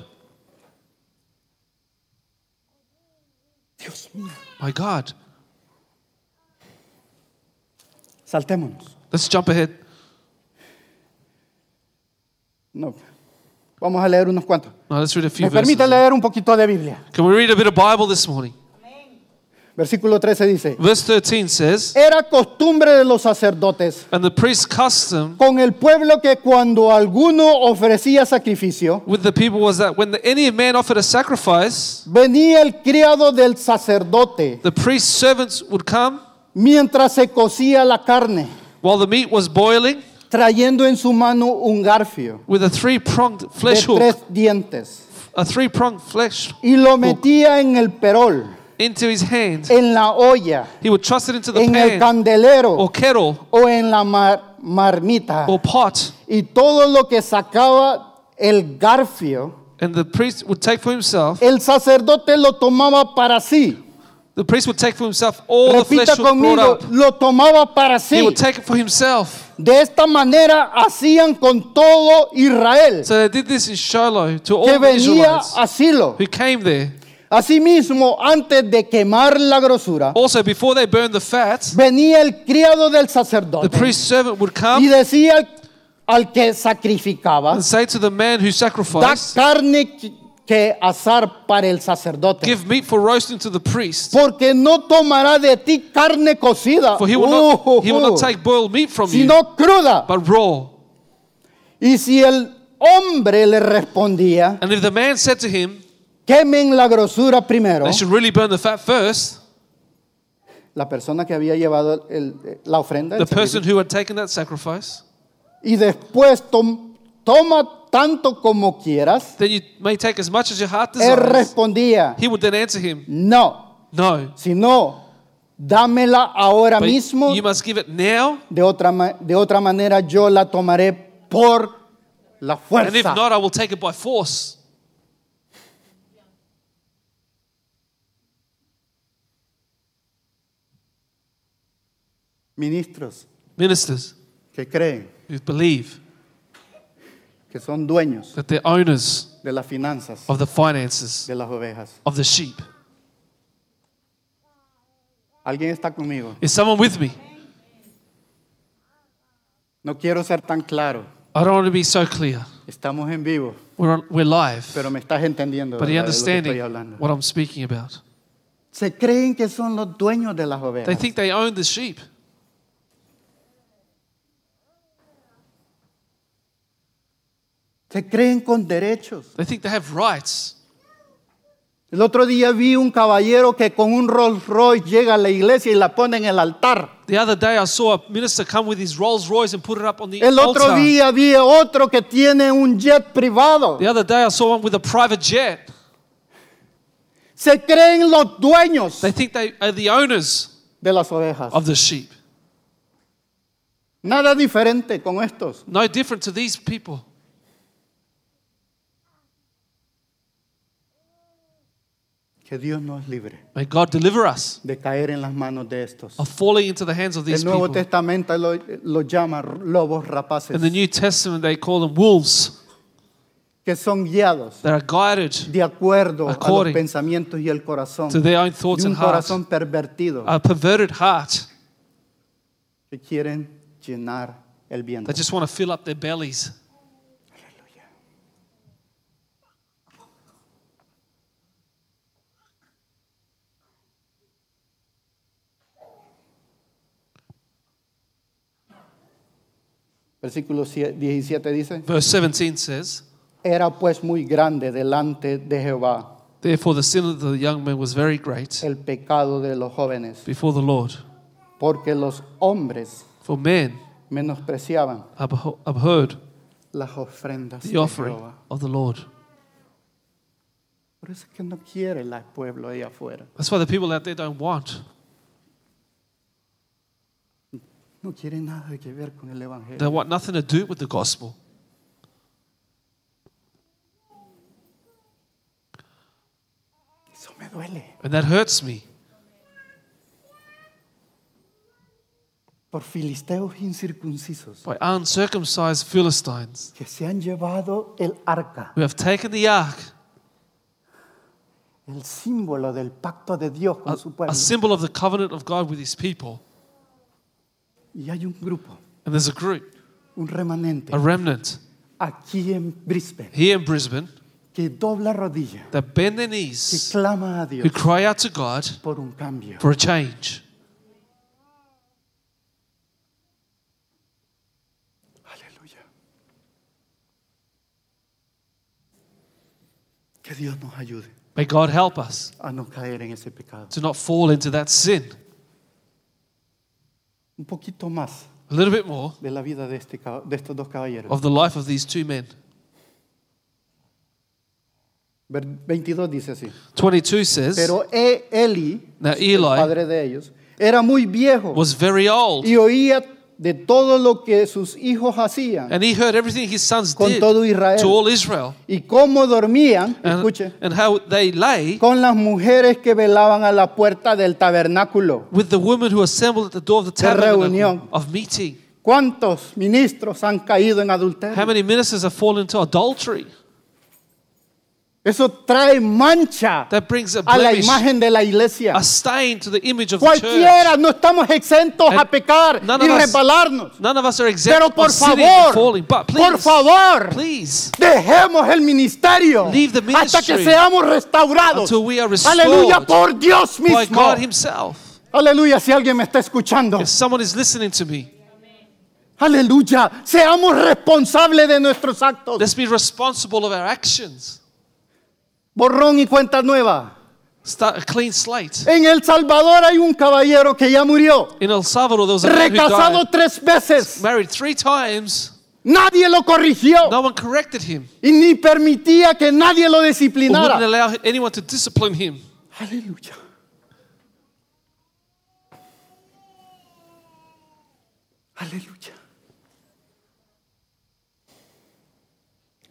Speaker 2: Dios mío.
Speaker 3: My God.
Speaker 2: Saltémonos.
Speaker 3: Let's jump ahead.
Speaker 2: No. Vamos a leer unos cuantos.
Speaker 3: No, let's read a few
Speaker 2: Me
Speaker 3: verses.
Speaker 2: permite leer un poquito de Biblia.
Speaker 3: Can we read a bit of Bible this morning?
Speaker 2: Versículo 13 dice,
Speaker 3: Verse 13 says,
Speaker 2: era costumbre de los sacerdotes
Speaker 3: And the priest's custom
Speaker 2: con el pueblo que cuando alguno ofrecía sacrificio,
Speaker 3: with the people was that when the, any man offered a sacrifice,
Speaker 2: venía el criado del sacerdote
Speaker 3: the priest's servants would come
Speaker 2: mientras se cocía la carne,
Speaker 3: while the meat was boiling
Speaker 2: trayendo en su mano un garfio
Speaker 3: with a three pronged
Speaker 2: de
Speaker 3: flesh hook,
Speaker 2: tres dientes
Speaker 3: a three pronged flesh,
Speaker 2: y lo metía en el perol
Speaker 3: into his hand.
Speaker 2: en la olla,
Speaker 3: He would trust it into the
Speaker 2: en el
Speaker 3: pan
Speaker 2: candelero
Speaker 3: or kettle
Speaker 2: o en la mar- marmita.
Speaker 3: or pot.
Speaker 2: Y todo lo que sacaba el garfio,
Speaker 3: And the priest would take for himself.
Speaker 2: el sacerdote lo tomaba para sí.
Speaker 3: The priest would take for himself all the
Speaker 2: Repita
Speaker 3: flesh was brought
Speaker 2: conmigo,
Speaker 3: up.
Speaker 2: lo tomaba para
Speaker 3: He
Speaker 2: sí.
Speaker 3: would take it for himself.
Speaker 2: De esta manera hacían con todo Israel
Speaker 3: So they did this in Shiloh to all
Speaker 2: que
Speaker 3: the
Speaker 2: venía
Speaker 3: Israelites
Speaker 2: a Silo.
Speaker 3: who came there.
Speaker 2: Asimismo, antes de quemar la grosura,
Speaker 3: Also, before they burned the fat,
Speaker 2: venía el criado del
Speaker 3: the
Speaker 2: sacerdote
Speaker 3: priest's servant would
Speaker 2: y
Speaker 3: come
Speaker 2: decía al, al que sacrificaba,
Speaker 3: and say to the man
Speaker 2: da
Speaker 3: who sacrificed,
Speaker 2: carne que- que asar para el sacerdote,
Speaker 3: Give meat for roasting to the priest,
Speaker 2: porque no tomará de ti carne cocida,
Speaker 3: for he will, not, he will
Speaker 2: ujujú,
Speaker 3: not take boiled meat from you,
Speaker 2: sino cruda.
Speaker 3: but raw.
Speaker 2: Y si el hombre le respondía,
Speaker 3: And if the man said to him,
Speaker 2: quemen la grosura primero,
Speaker 3: They should really burn the fat first,
Speaker 2: la persona que había llevado el- la ofrenda, el
Speaker 3: the
Speaker 2: sacrificio,
Speaker 3: person who had taken that sacrifice,
Speaker 2: y después tom- toma tanto como quieras,
Speaker 3: then you may take as much as your heart
Speaker 2: él
Speaker 3: desires.
Speaker 2: respondía,
Speaker 3: He would then answer him,
Speaker 2: no,
Speaker 3: No,
Speaker 2: sino dámela ahora
Speaker 3: but
Speaker 2: mismo,
Speaker 3: you must give it now,
Speaker 2: de otra, ma- de otra manera yo la tomaré por la
Speaker 3: and if
Speaker 2: fuerza.
Speaker 3: not, I will take it by force.
Speaker 2: Ministros
Speaker 3: Ministers
Speaker 2: que creen
Speaker 3: who believe
Speaker 2: que son dueños
Speaker 3: that they're owners
Speaker 2: de las finanzas,
Speaker 3: of the finances
Speaker 2: de las ovejas.
Speaker 3: of the sheep.
Speaker 2: ¿Alguien está conmigo?
Speaker 3: Is someone with me?
Speaker 2: No quiero ser tan claro.
Speaker 3: I don't want to be so clear.
Speaker 2: Estamos en vivo,
Speaker 3: We're, on, we're live,
Speaker 2: pero me estás entendiendo
Speaker 3: but
Speaker 2: ¿verdad? de lo
Speaker 3: you're
Speaker 2: que estoy
Speaker 3: understanding
Speaker 2: hablando.
Speaker 3: what I'm speaking about.
Speaker 2: Se creen que son los dueños de las
Speaker 3: They
Speaker 2: ovejas.
Speaker 3: think they own the sheep.
Speaker 2: Se creen con derechos.
Speaker 3: They think they have rights.
Speaker 2: El otro día vi un caballero que con un Rolls Royce llega a la iglesia y la pone en el altar.
Speaker 3: The other day, I saw a minister come with his Rolls Royce and put it up on the
Speaker 2: El otro
Speaker 3: altar.
Speaker 2: día vi otro que tiene un jet privado.
Speaker 3: The other day, I saw one with a private jet.
Speaker 2: Se creen los dueños
Speaker 3: They think they are the owners
Speaker 2: de las ovejas.
Speaker 3: of the sheep.
Speaker 2: Nada diferente con estos.
Speaker 3: No different to these people.
Speaker 2: Que Dios nos libre
Speaker 3: May God deliver us
Speaker 2: de caer en las manos de estos.
Speaker 3: of falling into the hands of
Speaker 2: El
Speaker 3: these
Speaker 2: Nuevo
Speaker 3: people.
Speaker 2: Testamento lo, lo llama lobos rapaces,
Speaker 3: In the New Testament, they call them wolves
Speaker 2: que son guiados
Speaker 3: that are guided,
Speaker 2: de acuerdo a los
Speaker 3: According
Speaker 2: pensamientos y el corazón
Speaker 3: to their own thoughts
Speaker 2: de un
Speaker 3: and heart. Ah.
Speaker 2: corazón pervertido
Speaker 3: a perverted heart.
Speaker 2: que quieren llenar el viento.
Speaker 3: They just want to fill up their bellies.
Speaker 2: Versículo 17 dice,
Speaker 3: Verse 17 says,
Speaker 2: era pues muy grande delante de Jehová
Speaker 3: Therefore, the sin of the young man was very great
Speaker 2: el pecado de los jóvenes,
Speaker 3: before the Lord,
Speaker 2: porque los hombres
Speaker 3: for men
Speaker 2: menospreciaban
Speaker 3: abho- abhorred
Speaker 2: las ofrendas
Speaker 3: the
Speaker 2: de
Speaker 3: offering
Speaker 2: Jehová.
Speaker 3: of the Lord.
Speaker 2: Por eso es que no quiere el pueblo ahí afuera.
Speaker 3: That's why the people out there don't want.
Speaker 2: No quiere nada que ver con el
Speaker 3: They
Speaker 2: Evangelio.
Speaker 3: want nothing to do with the gospel.
Speaker 2: Eso me duele.
Speaker 3: And that hurts me.
Speaker 2: Por filisteos incircuncisos
Speaker 3: By uncircumcised Philistines
Speaker 2: que se han llevado el arca,
Speaker 3: who have taken the ark,
Speaker 2: el símbolo del pacto de Dios con
Speaker 3: a,
Speaker 2: su
Speaker 3: a
Speaker 2: pueblo.
Speaker 3: symbol of the covenant of God with his people.
Speaker 2: Y hay un grupo,
Speaker 3: And there's a group,
Speaker 2: un remanente,
Speaker 3: a remnant,
Speaker 2: aquí en Brisbane,
Speaker 3: here in Brisbane
Speaker 2: que dobla rodilla,
Speaker 3: that bend their
Speaker 2: que
Speaker 3: knees,
Speaker 2: clama a
Speaker 3: who
Speaker 2: Dios
Speaker 3: cry out to God
Speaker 2: por un cambio.
Speaker 3: for a change.
Speaker 2: Aleluya. Que Dios nos ayude
Speaker 3: May God help us
Speaker 2: a no caer en ese pecado.
Speaker 3: to not fall into that sin.
Speaker 2: Un poquito más
Speaker 3: A little bit more
Speaker 2: de la vida de, este,
Speaker 3: Oh.
Speaker 2: cab- de estos dos caballeros.
Speaker 3: of the life of these two men.
Speaker 2: Ver- 22 dice así.
Speaker 3: 22 says,
Speaker 2: Pero E- Eli,
Speaker 3: Now
Speaker 2: el
Speaker 3: Eli
Speaker 2: padre de ellos, era muy viejo
Speaker 3: was very old,
Speaker 2: y oía de todo lo que sus hijos hacían
Speaker 3: and he heard everything his sons
Speaker 2: Con
Speaker 3: did
Speaker 2: todo Israel.
Speaker 3: to all Israel,
Speaker 2: y cómo dormían, escuche,
Speaker 3: and, and how they lay
Speaker 2: con las mujeres que velaban a la puerta del tabernáculo.
Speaker 3: with the women who assembled at the door of the
Speaker 2: De reunión.
Speaker 3: tabernacle of meeting.
Speaker 2: ¿Cuántos ministros han caído en
Speaker 3: How
Speaker 2: adulterio?
Speaker 3: many ministers have fallen into adultery?
Speaker 2: Eso trae mancha
Speaker 3: That brings a
Speaker 2: a la
Speaker 3: blemish,
Speaker 2: imagen de la iglesia.
Speaker 3: a stain to the image of the church.
Speaker 2: Cualquiera, no estamos exentos a
Speaker 3: And
Speaker 2: pecar
Speaker 3: none
Speaker 2: y
Speaker 3: of us-
Speaker 2: resbalarnos.
Speaker 3: None of us are exempt
Speaker 2: Pero por
Speaker 3: of sinning
Speaker 2: favor,
Speaker 3: and falling, but please,
Speaker 2: por favor,
Speaker 3: please,
Speaker 2: Dejemos el ministerio
Speaker 3: Leave the
Speaker 2: hasta que
Speaker 3: ministry
Speaker 2: seamos restaurados.
Speaker 3: until we are restored
Speaker 2: Aleluya por Dios
Speaker 3: by
Speaker 2: mismo.
Speaker 3: God Himself.
Speaker 2: Aleluya si alguien me está escuchando.
Speaker 3: If someone is listening to me,
Speaker 2: Aleluya, seamos responsables de nuestros actos.
Speaker 3: let's be responsible of our actions.
Speaker 2: Borrón y cuenta nueva.
Speaker 3: Start a clean slate.
Speaker 2: En El Salvador hay un caballero que ya murió,
Speaker 3: In El Salvador, there was a man who
Speaker 2: recasado
Speaker 3: died,
Speaker 2: tres veces.
Speaker 3: married three times.
Speaker 2: Nadie lo corrigió
Speaker 3: No one corrected him.
Speaker 2: y ni permitía que nadie lo
Speaker 3: Or wouldn't
Speaker 2: disciplinara.
Speaker 3: allow anyone to discipline him.
Speaker 2: Aleluya. Aleluya.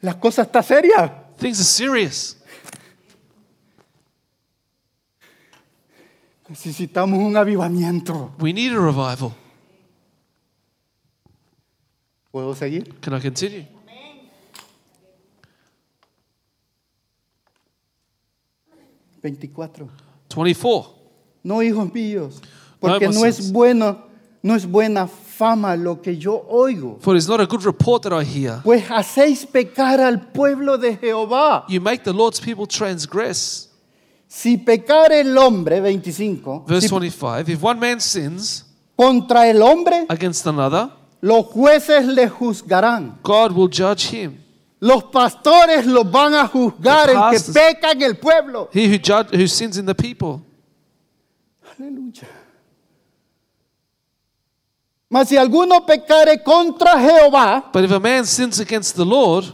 Speaker 2: La cosa está seria.
Speaker 3: Things are serious.
Speaker 2: Necesitamos un avivamiento.
Speaker 3: We need a revival.
Speaker 2: ¿Puedo seguir?
Speaker 3: Can I continue?
Speaker 2: Veinticuatro.
Speaker 3: 24.
Speaker 2: No, hijos míos, porque no
Speaker 3: hermanos.
Speaker 2: es bueno, no es buena fama lo que yo oigo.
Speaker 3: For it is not a good report that I hear.
Speaker 2: Pues hacéis pecar al pueblo de Jehová.
Speaker 3: You make the Lord's people transgress.
Speaker 2: Si pecar el hombre, 25,
Speaker 3: Verse
Speaker 2: si
Speaker 3: 25. If one man sins
Speaker 2: contra el hombre,
Speaker 3: against another,
Speaker 2: Los jueces le juzgarán.
Speaker 3: God will judge him.
Speaker 2: Los pastores los van a juzgar.
Speaker 3: The
Speaker 2: El que
Speaker 3: pastors-
Speaker 2: peca en el pueblo.
Speaker 3: He who, judge, who sins in the people.
Speaker 2: Aleluya. Mas si alguno pecare contra Jehová,
Speaker 3: But if a man sins against the Lord,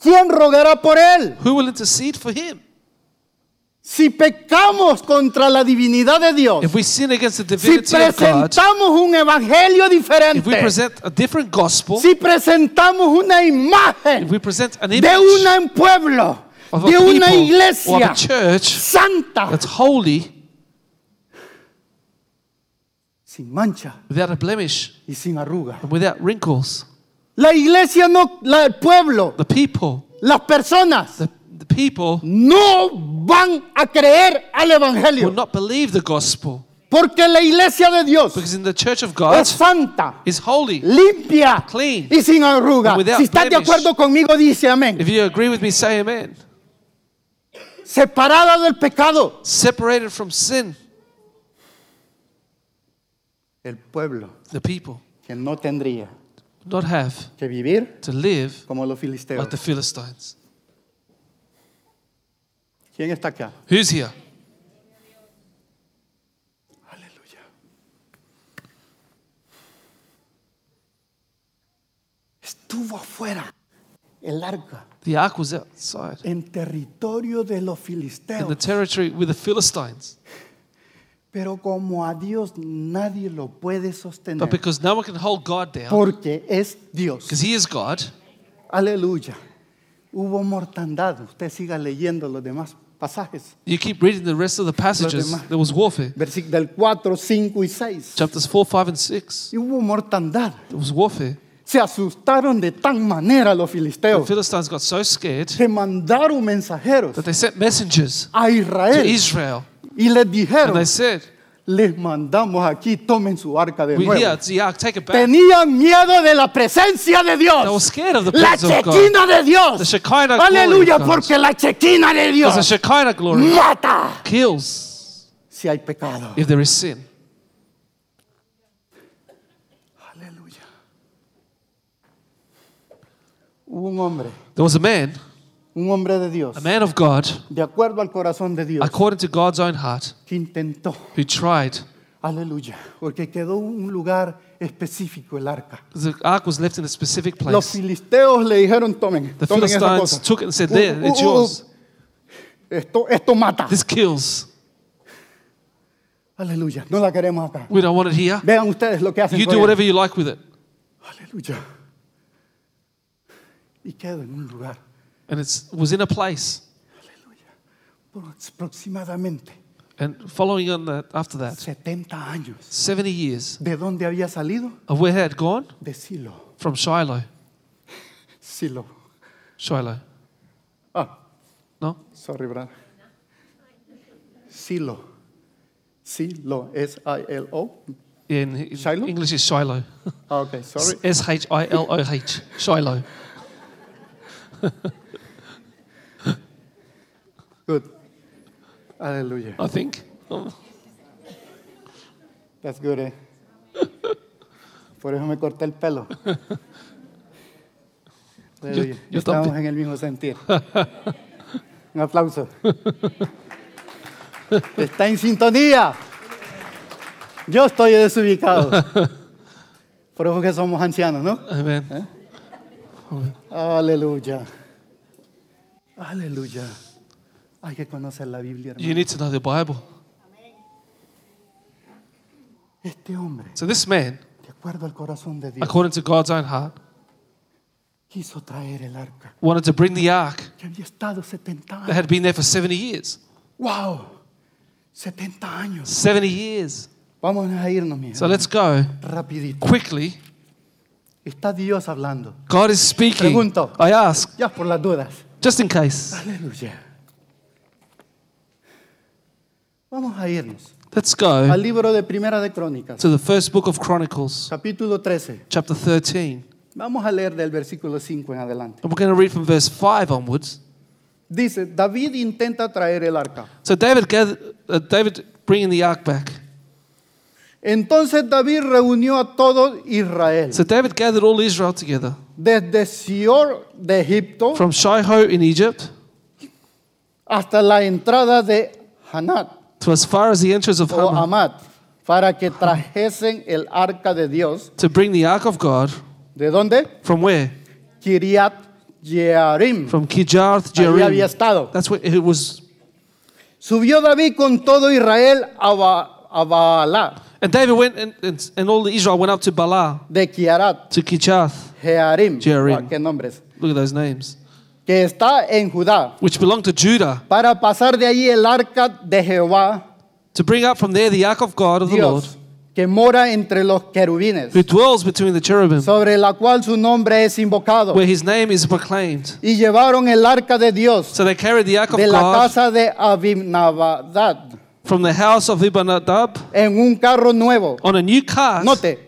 Speaker 2: ¿quién rogará por él?
Speaker 3: who will intercede for him?
Speaker 2: Si pecamos contra la divinidad de Dios,
Speaker 3: If we sin against the
Speaker 2: si
Speaker 3: divinity of God,
Speaker 2: presentamos un evangelio
Speaker 3: if we
Speaker 2: diferente,
Speaker 3: present a different gospel,
Speaker 2: si presentamos una
Speaker 3: if
Speaker 2: imagen
Speaker 3: we present an image
Speaker 2: de una- un pueblo,
Speaker 3: of a
Speaker 2: de una
Speaker 3: people or of
Speaker 2: iglesia
Speaker 3: a church
Speaker 2: santa,
Speaker 3: that's holy,
Speaker 2: sin mancha
Speaker 3: without a blemish,
Speaker 2: y sin arruga.
Speaker 3: and without wrinkles,
Speaker 2: La iglesia no, la- el pueblo,
Speaker 3: the people,
Speaker 2: las personas
Speaker 3: the, the people
Speaker 2: no van a creer al
Speaker 3: will
Speaker 2: evangelio
Speaker 3: not believe the gospel.
Speaker 2: porque la iglesia de Dios
Speaker 3: Because in the church of
Speaker 2: es
Speaker 3: God
Speaker 2: santa,
Speaker 3: is holy.
Speaker 2: limpia
Speaker 3: Clean.
Speaker 2: y sin arruga.
Speaker 3: And without
Speaker 2: Si estás de
Speaker 3: blemish.
Speaker 2: acuerdo conmigo, dice amén.
Speaker 3: If you agree with me, say amen.
Speaker 2: Separada del pecado,
Speaker 3: Separated from sin,
Speaker 2: el pueblo
Speaker 3: the people
Speaker 2: que no tendría
Speaker 3: not have
Speaker 2: que vivir
Speaker 3: to live
Speaker 2: como los
Speaker 3: like the
Speaker 2: filisteos.
Speaker 3: Philistines.
Speaker 2: ¿Quién está acá?
Speaker 3: Who's here?
Speaker 2: Aleluya. Estuvo afuera el arca.
Speaker 3: The ark was outside
Speaker 2: en territorio de los
Speaker 3: in the
Speaker 2: filisteos.
Speaker 3: territory with the Philistines.
Speaker 2: Pero como a Dios nadie lo puede sostener,
Speaker 3: But because no one can hold God down,
Speaker 2: porque es Dios.
Speaker 3: because He is God,
Speaker 2: Aleluya. Hubo mortandad. Usted siga leyendo los demás pasajes.
Speaker 3: you keep reading the rest of the passages.
Speaker 2: demás.
Speaker 3: There was warfare.
Speaker 2: Versículos del 4, 5 y 6.
Speaker 3: Chapters 4, 5, and 6.
Speaker 2: Y hubo mortandad.
Speaker 3: There was warfare.
Speaker 2: Se asustaron de tan manera los
Speaker 3: The
Speaker 2: filisteos
Speaker 3: Philistines got so scared
Speaker 2: que mandaron mensajeros
Speaker 3: that they sent messengers
Speaker 2: a
Speaker 3: to
Speaker 2: Israel
Speaker 3: Israel.
Speaker 2: y les
Speaker 3: And
Speaker 2: dijeron,
Speaker 3: they said,
Speaker 2: les mandamos aquí, tomen su arca de
Speaker 3: We here,
Speaker 2: nuevo.
Speaker 3: it's the ark, take it back.
Speaker 2: Tenían miedo de la presencia de Dios.
Speaker 3: They were scared of the
Speaker 2: La
Speaker 3: presence of God.
Speaker 2: chequina de
Speaker 3: The
Speaker 2: Dios.
Speaker 3: Shekinah glory.
Speaker 2: Aleluya,
Speaker 3: of God.
Speaker 2: porque la chequina de
Speaker 3: Because the
Speaker 2: Dios
Speaker 3: Shekinah glory
Speaker 2: mata
Speaker 3: kills
Speaker 2: si hay pecado.
Speaker 3: if there is sin.
Speaker 2: Aleluya. Hubo un hombre,
Speaker 3: There was a man,
Speaker 2: un hombre de Dios,
Speaker 3: a man of God,
Speaker 2: de acuerdo al corazón de Dios,
Speaker 3: according to God's own heart,
Speaker 2: que intentó,
Speaker 3: who tried.
Speaker 2: aleluya, porque quedó un lugar específico el arca.
Speaker 3: The ark was left in a specific
Speaker 2: Los
Speaker 3: place.
Speaker 2: filisteos le dijeron, tomen,
Speaker 3: Pues, The
Speaker 2: tomen esa
Speaker 3: Philistines
Speaker 2: cosa.
Speaker 3: took it and said,
Speaker 2: Uh,
Speaker 3: There,
Speaker 2: uh,
Speaker 3: it's
Speaker 2: uh,
Speaker 3: yours.
Speaker 2: uh. Esto, esto mata.
Speaker 3: This kills.
Speaker 2: Aleluya. No la queremos acá.
Speaker 3: We don't want it here.
Speaker 2: Vean ustedes lo que hacen.
Speaker 3: You
Speaker 2: con
Speaker 3: do
Speaker 2: ella.
Speaker 3: whatever you like with it.
Speaker 2: Aleluya. Y queda en un lugar.
Speaker 3: And it was in a place.
Speaker 2: Aleluya. Por aproximadamente
Speaker 3: And following on that, after that,
Speaker 2: 70 años.
Speaker 3: 70 years
Speaker 2: ¿De dónde había salido?
Speaker 3: of where it had gone
Speaker 2: De Silo.
Speaker 3: from Shiloh.
Speaker 2: Silo.
Speaker 3: Shiloh.
Speaker 2: Ah,
Speaker 3: No?
Speaker 2: sorry, brother. Silo. Silo. S-I-L-O.
Speaker 3: In in
Speaker 2: Shiloh?
Speaker 3: English is Shiloh. <laughs>
Speaker 2: Ah, ok, sorry.
Speaker 3: S H I L O H. Shiloh.
Speaker 2: Good. Aleluya.
Speaker 3: I think. Oh,
Speaker 2: That's good, eh? Por eso me corté el pelo. Aleluya.
Speaker 3: yo
Speaker 2: Estamos en
Speaker 3: también.
Speaker 2: el mismo sentir. Un aplauso. Está en sintonía. Yo estoy desubicado. Por eso que somos ancianos, ¿no?
Speaker 3: Amen.
Speaker 2: Aleluya. Aleluya. Hay que conocer la Biblia, hermano.
Speaker 3: You need to know the Bible.
Speaker 2: Este hombre,
Speaker 3: So this man,
Speaker 2: de acuerdo al corazón de Dios,
Speaker 3: according to God's own heart,
Speaker 2: quiso traer el arca
Speaker 3: wanted to bring the ark
Speaker 2: que había estado 70 años.
Speaker 3: that had been there for 70 years.
Speaker 2: Wow, 70 años.
Speaker 3: 70 years.
Speaker 2: Vamos a irnos, mira.
Speaker 3: So let's go
Speaker 2: Rapidito.
Speaker 3: quickly.
Speaker 2: Está Dios hablando.
Speaker 3: God is speaking.
Speaker 2: Pregunto.
Speaker 3: I ask,
Speaker 2: Ya por las dudas.
Speaker 3: just in case.
Speaker 2: Aleluya. Vamos a irnos
Speaker 3: Let's go
Speaker 2: al libro de Primera de Crónicas,
Speaker 3: to the first book of Chronicles,
Speaker 2: capítulo 13.
Speaker 3: chapter 13.
Speaker 2: Vamos a leer del versículo 5 en adelante.
Speaker 3: And we're going to read from verse 5 onwards.
Speaker 2: Dice, David intenta traer el arca.
Speaker 3: So David gathered, uh, David bringing the ark back.
Speaker 2: Entonces David reunió a todo Israel,
Speaker 3: So David gathered all Israel together
Speaker 2: desde Sior de Egipto
Speaker 3: from Shiloh in Egypt
Speaker 2: hasta la entrada de Hanat.
Speaker 3: to as far as the entrance of
Speaker 2: o
Speaker 3: Haman
Speaker 2: Amat para que trajesen el arca de Dios.
Speaker 3: to bring the ark of God
Speaker 2: ¿De dónde?
Speaker 3: from where?
Speaker 2: Kiriat Jearim.
Speaker 3: From Kijarth
Speaker 2: Allí había
Speaker 3: Jearim.
Speaker 2: estado.
Speaker 3: That's where it was.
Speaker 2: Subió David con todo Israel a, Ba- a Baalá
Speaker 3: And David went and, and, and all Israel went up to Bala
Speaker 2: de Kiarat
Speaker 3: to Kijarth.
Speaker 2: Jearim.
Speaker 3: Jearim.
Speaker 2: Ah, ¿Qué nombres?
Speaker 3: Look at those names.
Speaker 2: Que está en Judá.
Speaker 3: Which belonged to Judah
Speaker 2: Para pasar de allí el arca de Jehová
Speaker 3: to bring up from there the ark of God of the Lord
Speaker 2: Dios, que mora entre los querubines,
Speaker 3: who dwells between the cherubim
Speaker 2: sobre la cual su nombre es invocado.
Speaker 3: where his name is proclaimed.
Speaker 2: Y llevaron el arca de Dios
Speaker 3: So they carried the ark of
Speaker 2: de la
Speaker 3: God
Speaker 2: casa de Abinabadad.
Speaker 3: from the house of Ibnadab
Speaker 2: en un carro nuevo.
Speaker 3: on a new cart.
Speaker 2: Note,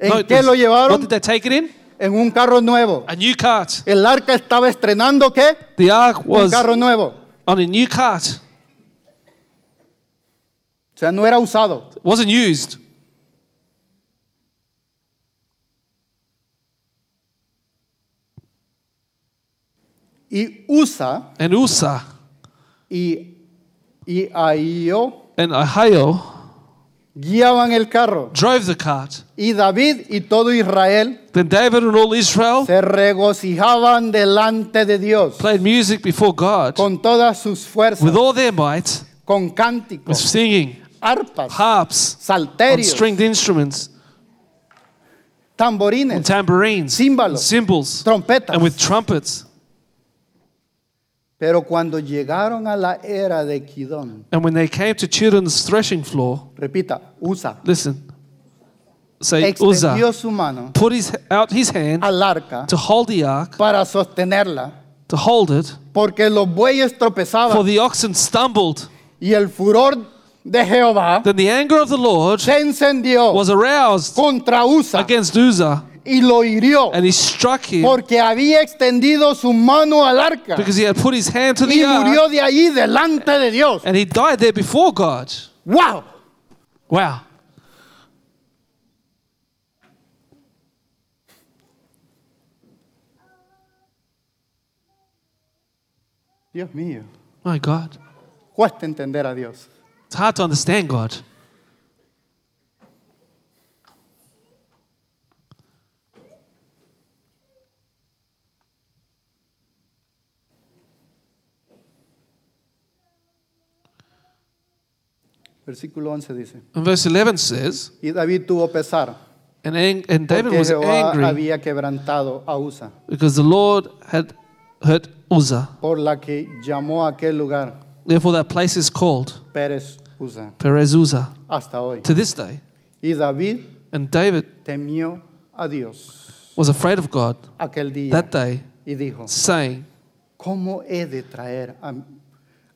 Speaker 2: ¿en
Speaker 3: Note
Speaker 2: qué
Speaker 3: this.
Speaker 2: lo
Speaker 3: What
Speaker 2: llevaron?
Speaker 3: did they take it in?
Speaker 2: En un carro nuevo.
Speaker 3: A new cart.
Speaker 2: El arca estaba estrenando qué?
Speaker 3: The ark
Speaker 2: Un
Speaker 3: was
Speaker 2: carro nuevo. O
Speaker 3: on a new cart.
Speaker 2: sea, no era usado.
Speaker 3: It wasn't used.
Speaker 2: Y Usa
Speaker 3: And Usa
Speaker 2: y, y Ahio
Speaker 3: and Ahio
Speaker 2: guiaban el carro.
Speaker 3: drove the cart.
Speaker 2: Y David y todo Israel
Speaker 3: Then David and all Israel
Speaker 2: se regocijaban delante de Dios
Speaker 3: played music before God
Speaker 2: con todas sus fuerzas,
Speaker 3: with all their might,
Speaker 2: con
Speaker 3: with
Speaker 2: cánticos,
Speaker 3: singing,
Speaker 2: arpas,
Speaker 3: harps, on
Speaker 2: salterios,
Speaker 3: stringed instruments, and
Speaker 2: tamborines,
Speaker 3: tambourines,
Speaker 2: Címbalos.
Speaker 3: and cymbals,
Speaker 2: trompetas.
Speaker 3: and with trumpets.
Speaker 2: Pero cuando llegaron a la era de Kidón,
Speaker 3: And when they came to Children's threshing floor,
Speaker 2: repita, Usa
Speaker 3: listen, say
Speaker 2: extendió
Speaker 3: Uzzah
Speaker 2: su mano
Speaker 3: put his, out his hand
Speaker 2: al arca
Speaker 3: to hold the ark,
Speaker 2: para sostenerla,
Speaker 3: to hold it,
Speaker 2: porque los bueyes
Speaker 3: for
Speaker 2: tropezaban
Speaker 3: the oxen stumbled.
Speaker 2: y el furor de Jehová
Speaker 3: Then the anger of the Lord
Speaker 2: se encendió
Speaker 3: was aroused
Speaker 2: contra Usa
Speaker 3: against Uzzah,
Speaker 2: y lo hirió
Speaker 3: and he struck him
Speaker 2: porque había extendido su mano al arca
Speaker 3: because he had put his hand to
Speaker 2: y
Speaker 3: the ark,
Speaker 2: murió de allí delante de Dios.
Speaker 3: and he died there before God.
Speaker 2: ¡Wow!
Speaker 3: Wow.
Speaker 2: Dios mío,
Speaker 3: My God.
Speaker 2: cuesta entender a Dios.
Speaker 3: It's hard to understand God.
Speaker 2: Versículo 11 dice,
Speaker 3: And verse 11 says,
Speaker 2: y David tuvo pesar
Speaker 3: and, ang- and David
Speaker 2: porque
Speaker 3: was
Speaker 2: Jehová
Speaker 3: angry
Speaker 2: había quebrantado a Usa,
Speaker 3: because the Lord had hurt Uzzah.
Speaker 2: por la que llamó a aquel lugar
Speaker 3: Therefore, that place is called
Speaker 2: Pérez Usa,
Speaker 3: Perez Uzzah
Speaker 2: hasta hoy.
Speaker 3: to this day.
Speaker 2: Y David
Speaker 3: And David
Speaker 2: temió a Dios
Speaker 3: was afraid of God
Speaker 2: aquel día
Speaker 3: that day,
Speaker 2: y dijo,
Speaker 3: saying,
Speaker 2: ¿cómo he de traer a,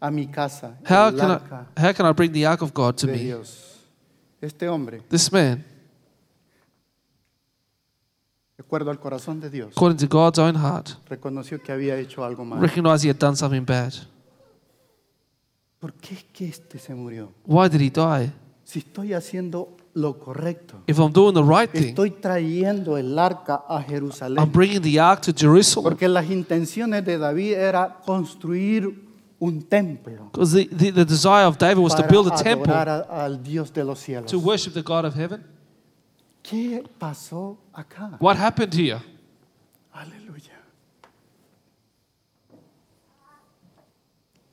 Speaker 2: a mi casa
Speaker 3: how
Speaker 2: el
Speaker 3: can,
Speaker 2: arca
Speaker 3: I, how can I bring the ark of God to
Speaker 2: de
Speaker 3: me?
Speaker 2: Dios? Este hombre,
Speaker 3: This man,
Speaker 2: de acuerdo al corazón de Dios,
Speaker 3: according to God's own heart,
Speaker 2: reconoció que había hecho algo mal.
Speaker 3: recognized he had done something bad.
Speaker 2: ¿Por qué es que este se murió?
Speaker 3: Why did he die?
Speaker 2: Si estoy haciendo lo correcto,
Speaker 3: If I'm doing the right thing,
Speaker 2: estoy trayendo el arca a
Speaker 3: I'm
Speaker 2: Jerusalén.
Speaker 3: bringing the ark to Jerusalem.
Speaker 2: Porque las intenciones de David era construir un templo
Speaker 3: Because the, the, the desire of David was to
Speaker 2: para
Speaker 3: build a
Speaker 2: adorar
Speaker 3: temple
Speaker 2: a- al Dios de los cielos.
Speaker 3: to worship the God of heaven.
Speaker 2: ¿Qué pasó acá?
Speaker 3: What happened here?
Speaker 2: Aleluya.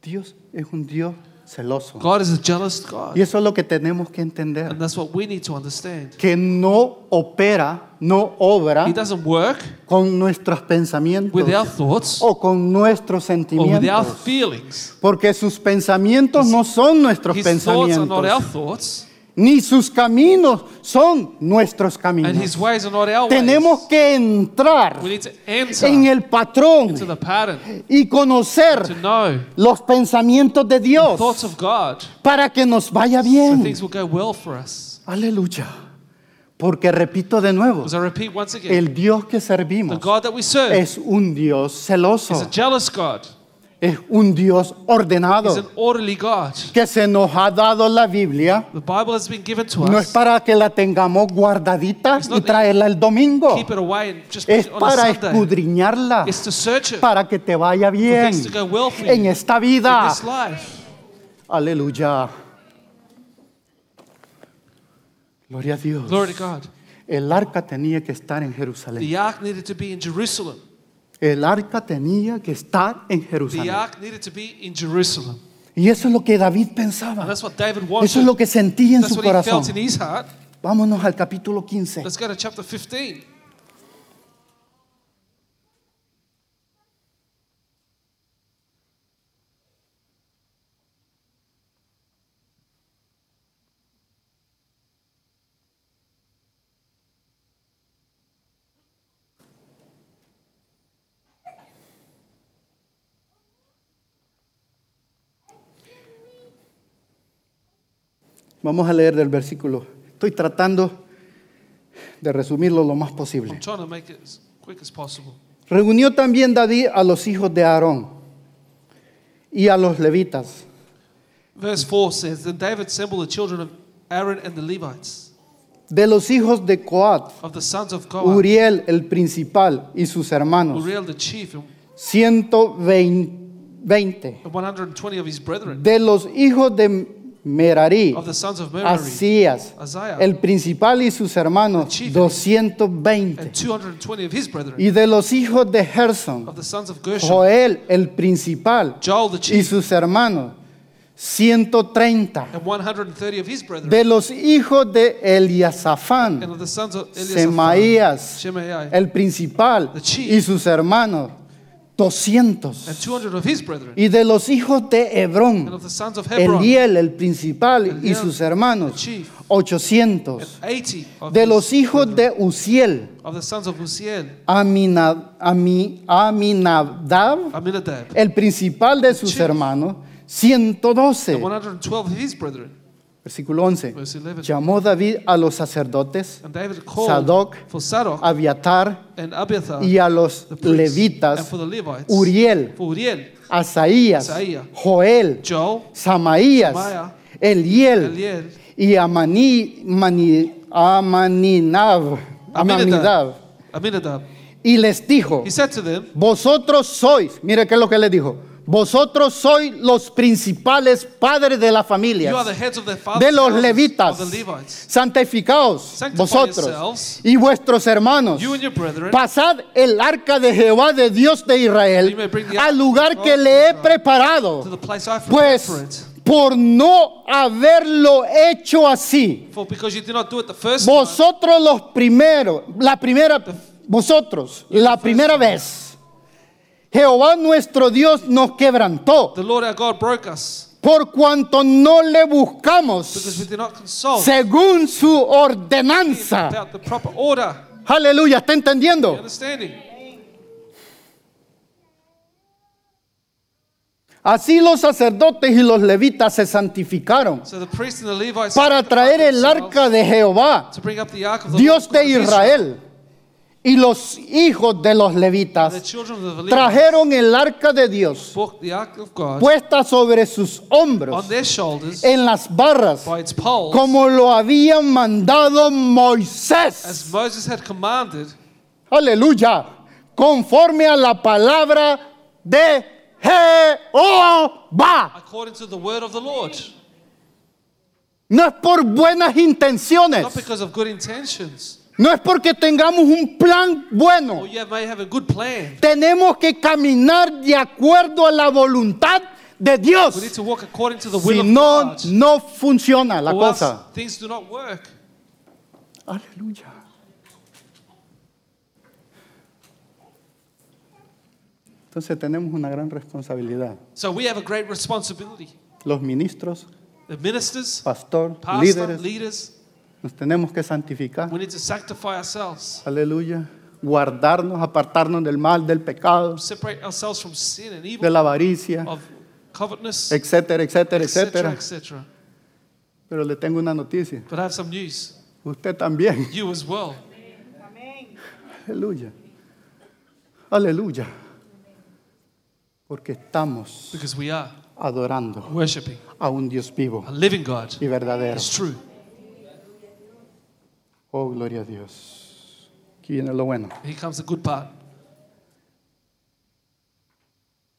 Speaker 2: Dios es un Dios celoso.
Speaker 3: God is a jealous
Speaker 2: Y
Speaker 3: God.
Speaker 2: eso es lo que tenemos que
Speaker 3: And
Speaker 2: entender.
Speaker 3: that's what we need to understand.
Speaker 2: Que no opera, no obra
Speaker 3: He doesn't work
Speaker 2: con nuestros pensamientos
Speaker 3: with our thoughts or
Speaker 2: o con nuestros
Speaker 3: with our
Speaker 2: sentimientos.
Speaker 3: feelings.
Speaker 2: Porque sus pensamientos no son nuestros
Speaker 3: His thoughts are not our
Speaker 2: pensamientos,
Speaker 3: thoughts,
Speaker 2: ni sus caminos son nuestros
Speaker 3: and his
Speaker 2: caminos.
Speaker 3: ways are not our
Speaker 2: Tenemos
Speaker 3: ways.
Speaker 2: que entrar
Speaker 3: We need to enter
Speaker 2: en el patrón
Speaker 3: into the pattern
Speaker 2: y
Speaker 3: to
Speaker 2: conocer
Speaker 3: know
Speaker 2: los pensamientos de
Speaker 3: the thoughts
Speaker 2: Dios
Speaker 3: of God
Speaker 2: para que nos vaya
Speaker 3: so
Speaker 2: bien.
Speaker 3: things will go well for us.
Speaker 2: Aleluya. Porque repito de nuevo,
Speaker 3: Because I repeat once again,
Speaker 2: el Dios que
Speaker 3: the
Speaker 2: servimos
Speaker 3: God that we serve
Speaker 2: es un Dios
Speaker 3: is
Speaker 2: celoso,
Speaker 3: a jealous God.
Speaker 2: es un Dios
Speaker 3: He's an
Speaker 2: ordenado,
Speaker 3: orderly God.
Speaker 2: que se nos ha dado la Biblia
Speaker 3: The Bible has been given to
Speaker 2: No es
Speaker 3: us.
Speaker 2: para que la tengamos guardadita
Speaker 3: It's
Speaker 2: y
Speaker 3: not-
Speaker 2: traerla el domingo.
Speaker 3: Keep it away and just put
Speaker 2: Es
Speaker 3: it on a
Speaker 2: para
Speaker 3: Sunday.
Speaker 2: escudriñarla,
Speaker 3: It's to search it
Speaker 2: para que te vaya bien
Speaker 3: things to go well for you.
Speaker 2: en esta
Speaker 3: in
Speaker 2: vida.
Speaker 3: this life.
Speaker 2: Aleluya. Gloria a Dios.
Speaker 3: Glory to God.
Speaker 2: El arca tenía que estar en Jerusalén.
Speaker 3: The ark needed to be in Jerusalem.
Speaker 2: El arca tenía que estar en
Speaker 3: The
Speaker 2: Jerusalén.
Speaker 3: ark needed to be in Jerusalem.
Speaker 2: Y eso es lo que David
Speaker 3: And
Speaker 2: pensaba.
Speaker 3: that's what David
Speaker 2: Eso es lo
Speaker 3: wanted.
Speaker 2: que sentía en
Speaker 3: That's
Speaker 2: su
Speaker 3: what he
Speaker 2: corazón.
Speaker 3: felt in his heart.
Speaker 2: Vámonos al capítulo 15.
Speaker 3: Let's go to chapter 15.
Speaker 2: Vamos a leer del versículo. Estoy tratando de resumirlo lo más posible.
Speaker 3: I'm trying to make it as quick as possible.
Speaker 2: Reunió también David a los hijos de Aarón y a los levitas
Speaker 3: Verse 4 says Then David assembled the children of Aaron and the Levites,
Speaker 2: de los hijos de Coat,
Speaker 3: of the sons of God,
Speaker 2: Uriel el principal y sus hermanos,
Speaker 3: Uriel the chief, and
Speaker 2: 120
Speaker 3: and 120 of his brethren,
Speaker 2: de los hijos de Merari,
Speaker 3: of the sons of Merari,
Speaker 2: Asías
Speaker 3: Azariah.
Speaker 2: el principal y sus hermanos,
Speaker 3: chief.
Speaker 2: 220
Speaker 3: and 220 of his brethren,
Speaker 2: y de los hijos de Gerson,
Speaker 3: of the sons of Gershon,
Speaker 2: Joel el principal
Speaker 3: Joel the
Speaker 2: y
Speaker 3: chief,
Speaker 2: sus hermanos, 130
Speaker 3: and 130 of his brethren,
Speaker 2: de los hijos de
Speaker 3: and
Speaker 2: Eliasafán,
Speaker 3: of the sons of Eliasaph,
Speaker 2: Semaías,
Speaker 3: Shemaiah.
Speaker 2: el principal,
Speaker 3: The chief.
Speaker 2: y sus hermanos,
Speaker 3: and
Speaker 2: 200.
Speaker 3: 200 of his brethren,
Speaker 2: Y de los hijos de
Speaker 3: and
Speaker 2: Hebrón,
Speaker 3: of the sons of Hebron,
Speaker 2: Eliel, el principal, y
Speaker 3: Eliel,
Speaker 2: sus
Speaker 3: the
Speaker 2: hermanos,
Speaker 3: chief. and
Speaker 2: 800.
Speaker 3: 80 of,
Speaker 2: De
Speaker 3: his
Speaker 2: los hijos
Speaker 3: brethren,
Speaker 2: de Uziel,
Speaker 3: of the sons of Uziel,
Speaker 2: Amina- Ami- Aminadab,
Speaker 3: Aminadab,
Speaker 2: el principal de sus
Speaker 3: chief.
Speaker 2: hermanos, 112.
Speaker 3: and
Speaker 2: eh,
Speaker 3: 112 of his brethren.
Speaker 2: Versículo 11.
Speaker 3: Verse 11.
Speaker 2: Llamó David a los sacerdotes,
Speaker 3: And David called
Speaker 2: Sadoc,
Speaker 3: for Sadoc
Speaker 2: Abiatar,
Speaker 3: and Abiathar,
Speaker 2: y a los
Speaker 3: the priests, and
Speaker 2: levitas,
Speaker 3: for the Levites,
Speaker 2: Uriel,
Speaker 3: for Uriel,
Speaker 2: Asaías,
Speaker 3: Asaías,
Speaker 2: Joel,
Speaker 3: Joel,
Speaker 2: Samaías,
Speaker 3: Samaías,
Speaker 2: Eliel
Speaker 3: Eliel,
Speaker 2: y Amaní, Mani- Amaninab, Amanidab.
Speaker 3: Aminadab.
Speaker 2: Y les dijo,
Speaker 3: He said to them,
Speaker 2: vosotros sois, mire qué es lo que les dijo, vosotros sois los principales padres de la
Speaker 3: You are
Speaker 2: familia.
Speaker 3: the heads of their fathers,
Speaker 2: de los
Speaker 3: houses,
Speaker 2: levitas,
Speaker 3: of the Levites.
Speaker 2: santificaos
Speaker 3: Sanctify
Speaker 2: vosotros
Speaker 3: yourselves.
Speaker 2: y vuestros hermanos.
Speaker 3: You and your brethren,
Speaker 2: Pasad el arca de Jehová de Dios de
Speaker 3: You
Speaker 2: Israel
Speaker 3: may bring the
Speaker 2: al
Speaker 3: ark
Speaker 2: lugar
Speaker 3: of
Speaker 2: que
Speaker 3: God
Speaker 2: le he
Speaker 3: to
Speaker 2: preparado,
Speaker 3: to the place I prepared
Speaker 2: pues
Speaker 3: for it.
Speaker 2: por no haberlo hecho así.
Speaker 3: For because you did not do it the first time,
Speaker 2: Vosotros los primeros, la primera, vosotros, la primera vez. Jehová nuestro Dios nos quebrantó
Speaker 3: the Lord our God broke us
Speaker 2: por cuanto no le
Speaker 3: because
Speaker 2: buscamos
Speaker 3: we did not consult
Speaker 2: según su ordenanza.
Speaker 3: without the proper order.
Speaker 2: Aleluya, ¿está
Speaker 3: You
Speaker 2: entendiendo?
Speaker 3: understanding?
Speaker 2: Así los sacerdotes y los levitas se santificaron
Speaker 3: So the priests and the Levites
Speaker 2: para traer el
Speaker 3: themselves
Speaker 2: arca de Jehová,
Speaker 3: to bring up the ark of the
Speaker 2: Dios
Speaker 3: Lord
Speaker 2: de
Speaker 3: God of Israel.
Speaker 2: Israel, y los hijos de los
Speaker 3: The
Speaker 2: levitas
Speaker 3: children of the Levites
Speaker 2: trajeron el arca de Dios
Speaker 3: brought the ark of God
Speaker 2: puesta sobre sus hombros
Speaker 3: on their shoulders
Speaker 2: en las barras,
Speaker 3: by its poles,
Speaker 2: eh, como lo había mandado
Speaker 3: as
Speaker 2: Moisés.
Speaker 3: Moses had commanded,
Speaker 2: Aleluya. Conforme a la palabra de Jehová.
Speaker 3: according to the word of the Lord.
Speaker 2: No es por buenas intenciones.
Speaker 3: Not because of good intentions,
Speaker 2: No es porque tengamos un plan bueno.
Speaker 3: or you may have a good plan.
Speaker 2: Tenemos que caminar de acuerdo a la voluntad de Dios.
Speaker 3: We need to walk according to the will
Speaker 2: Si
Speaker 3: of
Speaker 2: no,
Speaker 3: God.
Speaker 2: no funciona la
Speaker 3: or else
Speaker 2: cosa.
Speaker 3: things do not work.
Speaker 2: Aleluya. Entonces tenemos una gran responsabilidad.
Speaker 3: So we have a great responsibility.
Speaker 2: Los ministros,
Speaker 3: The ministers,
Speaker 2: pastor,
Speaker 3: pastor,
Speaker 2: líderes,
Speaker 3: leaders,
Speaker 2: nos tenemos que santificar.
Speaker 3: we need to sanctify ourselves,
Speaker 2: Aleluya. Guardarnos, apartarnos del mal, del pecado,
Speaker 3: separate ourselves from sin and
Speaker 2: de
Speaker 3: evil,
Speaker 2: la avaricia,
Speaker 3: of covetousness,
Speaker 2: etcétera, etcétera,
Speaker 3: etc.,
Speaker 2: etcétera.
Speaker 3: etc.
Speaker 2: Pero le tengo una noticia.
Speaker 3: But I have some news.
Speaker 2: Usted también.
Speaker 3: You as well.
Speaker 2: Aleluya. Aleluya. Porque estamos
Speaker 3: Because we are
Speaker 2: adorando
Speaker 3: worshipping
Speaker 2: a un Dios vivo
Speaker 3: a living God.
Speaker 2: y verdadero.
Speaker 3: It's true.
Speaker 2: Oh, gloria a Dios. Aquí viene lo bueno.
Speaker 3: Here comes the good part.